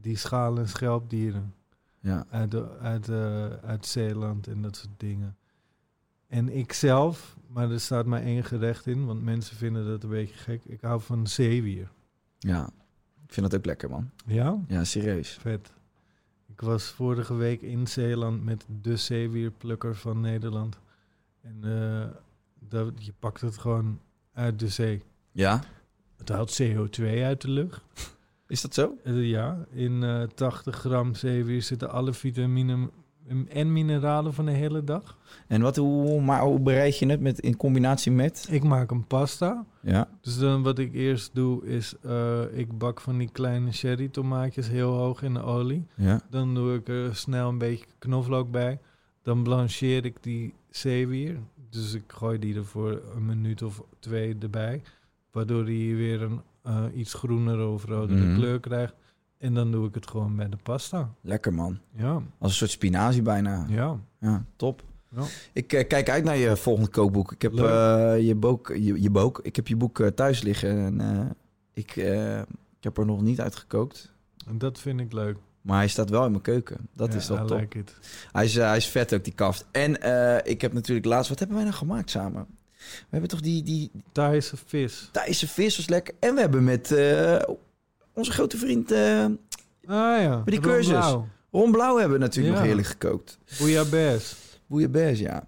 die schaal- en schelpdieren Ja. uit, de, uit, eh, uit Zeeland en dat soort dingen. En ik zelf, maar er staat maar één gerecht in, want mensen vinden dat een beetje gek. Ik hou van zeewier. Ja. Ik vind dat ook lekker, man. Ja? Ja, serieus. Vet. Ik was vorige week in Zeeland met de zeewierplukker van Nederland. En eh, dat, je pakt het gewoon uit de zee. Ja? Het haalt CO2 uit de lucht. Is dat zo? Eh, ja, in eh 80 gram zeewier zitten alle vitamine m- en mineralen van de hele dag. En wat, hoe, maar hoe bereid je het met, in combinatie met? Ik maak een pasta. Ja. Dus dan wat ik eerst doe is, eh, ik bak van die kleine sherry tomaatjes heel hoog in de olie. Ja. Dan doe ik er snel een beetje knoflook bij. Dan blancheer ik die zeewier. Dus ik gooi die er voor een minuut of twee erbij. Waardoor die weer een eh, iets groenere of rodere Mhm. kleur krijgt. En dan doe ik het gewoon bij de pasta. Lekker, man. Ja, Als een soort spinazie bijna. ja. Ja, top. Ja. Ik eh, kijk uit naar je volgende kookboek. Ik heb Leuk. eh, je, boek, je, je boek. Ik heb je boek eh, thuis liggen. En, eh, ik, eh, ik heb er nog niet uit gekookt. En dat vind ik leuk. Maar hij staat wel in mijn keuken. Dat Ja, is wel I top. like it. Hij, is, eh, hij is vet ook, die kaft. En eh, ik heb natuurlijk laatst... Wat hebben wij nou gemaakt samen? We hebben toch die, die Thaise vis. Thaise vis was lekker. En we hebben met eh, onze grote vriend eh Ah ja. die Ron cursus. Blauw. Ron Blauw... hebben we natuurlijk Ja. nog heerlijk gekookt. Bouillabaisse. Bouillabaisse, ja.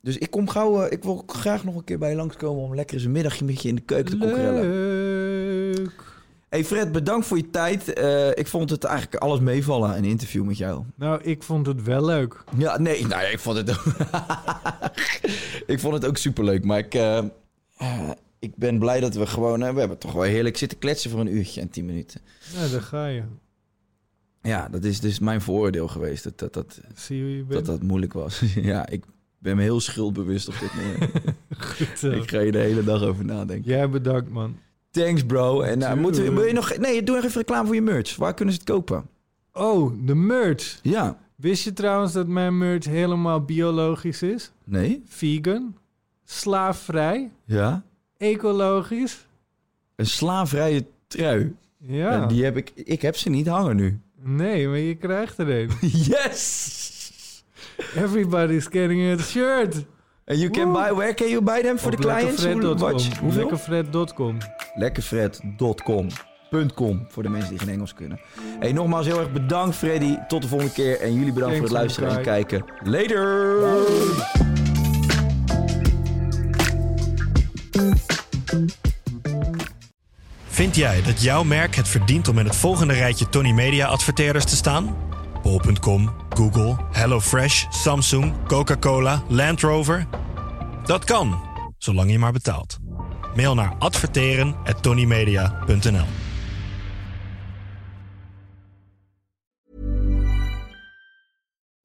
Dus ik kom gauw... eh, ik wil graag nog een keer bij je langskomen... om lekker eens een middagje met je in de keuken te kokerellen. Leuk. Hey Fred, bedankt voor je tijd. Eh, ik vond het eigenlijk alles meevallen, een interview met jou. Nou, ik vond het wel leuk. Ja, nee, nou ja, ik vond het ook... ik vond het ook superleuk, maar ik, eh, eh, ik ben blij dat we gewoon... eh, we hebben toch wel heerlijk zitten kletsen voor een uurtje en tien minuten. Nou, daar ga je. Ja, dat is dus mijn vooroordeel geweest, dat dat, dat, Zie je hoe je dat, bent. dat moeilijk was. ja, ik ben me heel schuldbewust op dit moment. Goed, eh. ik ga hier de hele dag over nadenken. Jij bedankt, man. Thanks bro. En nou, moeten we, Tuurlijk. wil je nog... Nee, doe nog even reclame voor je merch. Waar kunnen ze het kopen? Oh, de merch. Ja. Wist je trouwens dat mijn merch helemaal biologisch is? Nee? Vegan, slaafvrij, Ja. ecologisch. Een slaafvrije trui. Ja, En die heb ik, ik heb ze niet hangen nu. nee, maar je krijgt er een. Yes! Everybody's getting a shirt. En you can Woe. buy, where can you buy them for the clients? Hoe- Watch. Lekkerfred.com. Hoeveel? Lekkerfred.com. Lekkerfred.com. .com, voor de mensen die geen Engels kunnen. Hey, nogmaals heel erg bedankt Freddy. Tot de volgende keer. En jullie bedankt voor het Thanks, luisteren en Kai. kijken. Later! Vind jij dat jouw merk het verdient om in het volgende rijtje Tony Media adverteerders te staan? Bol.com, Google, HelloFresh, Samsung, Coca-Cola, Land Rover? Dat kan, zolang je maar betaalt. Mail naar adverteren@tonymedia.nl.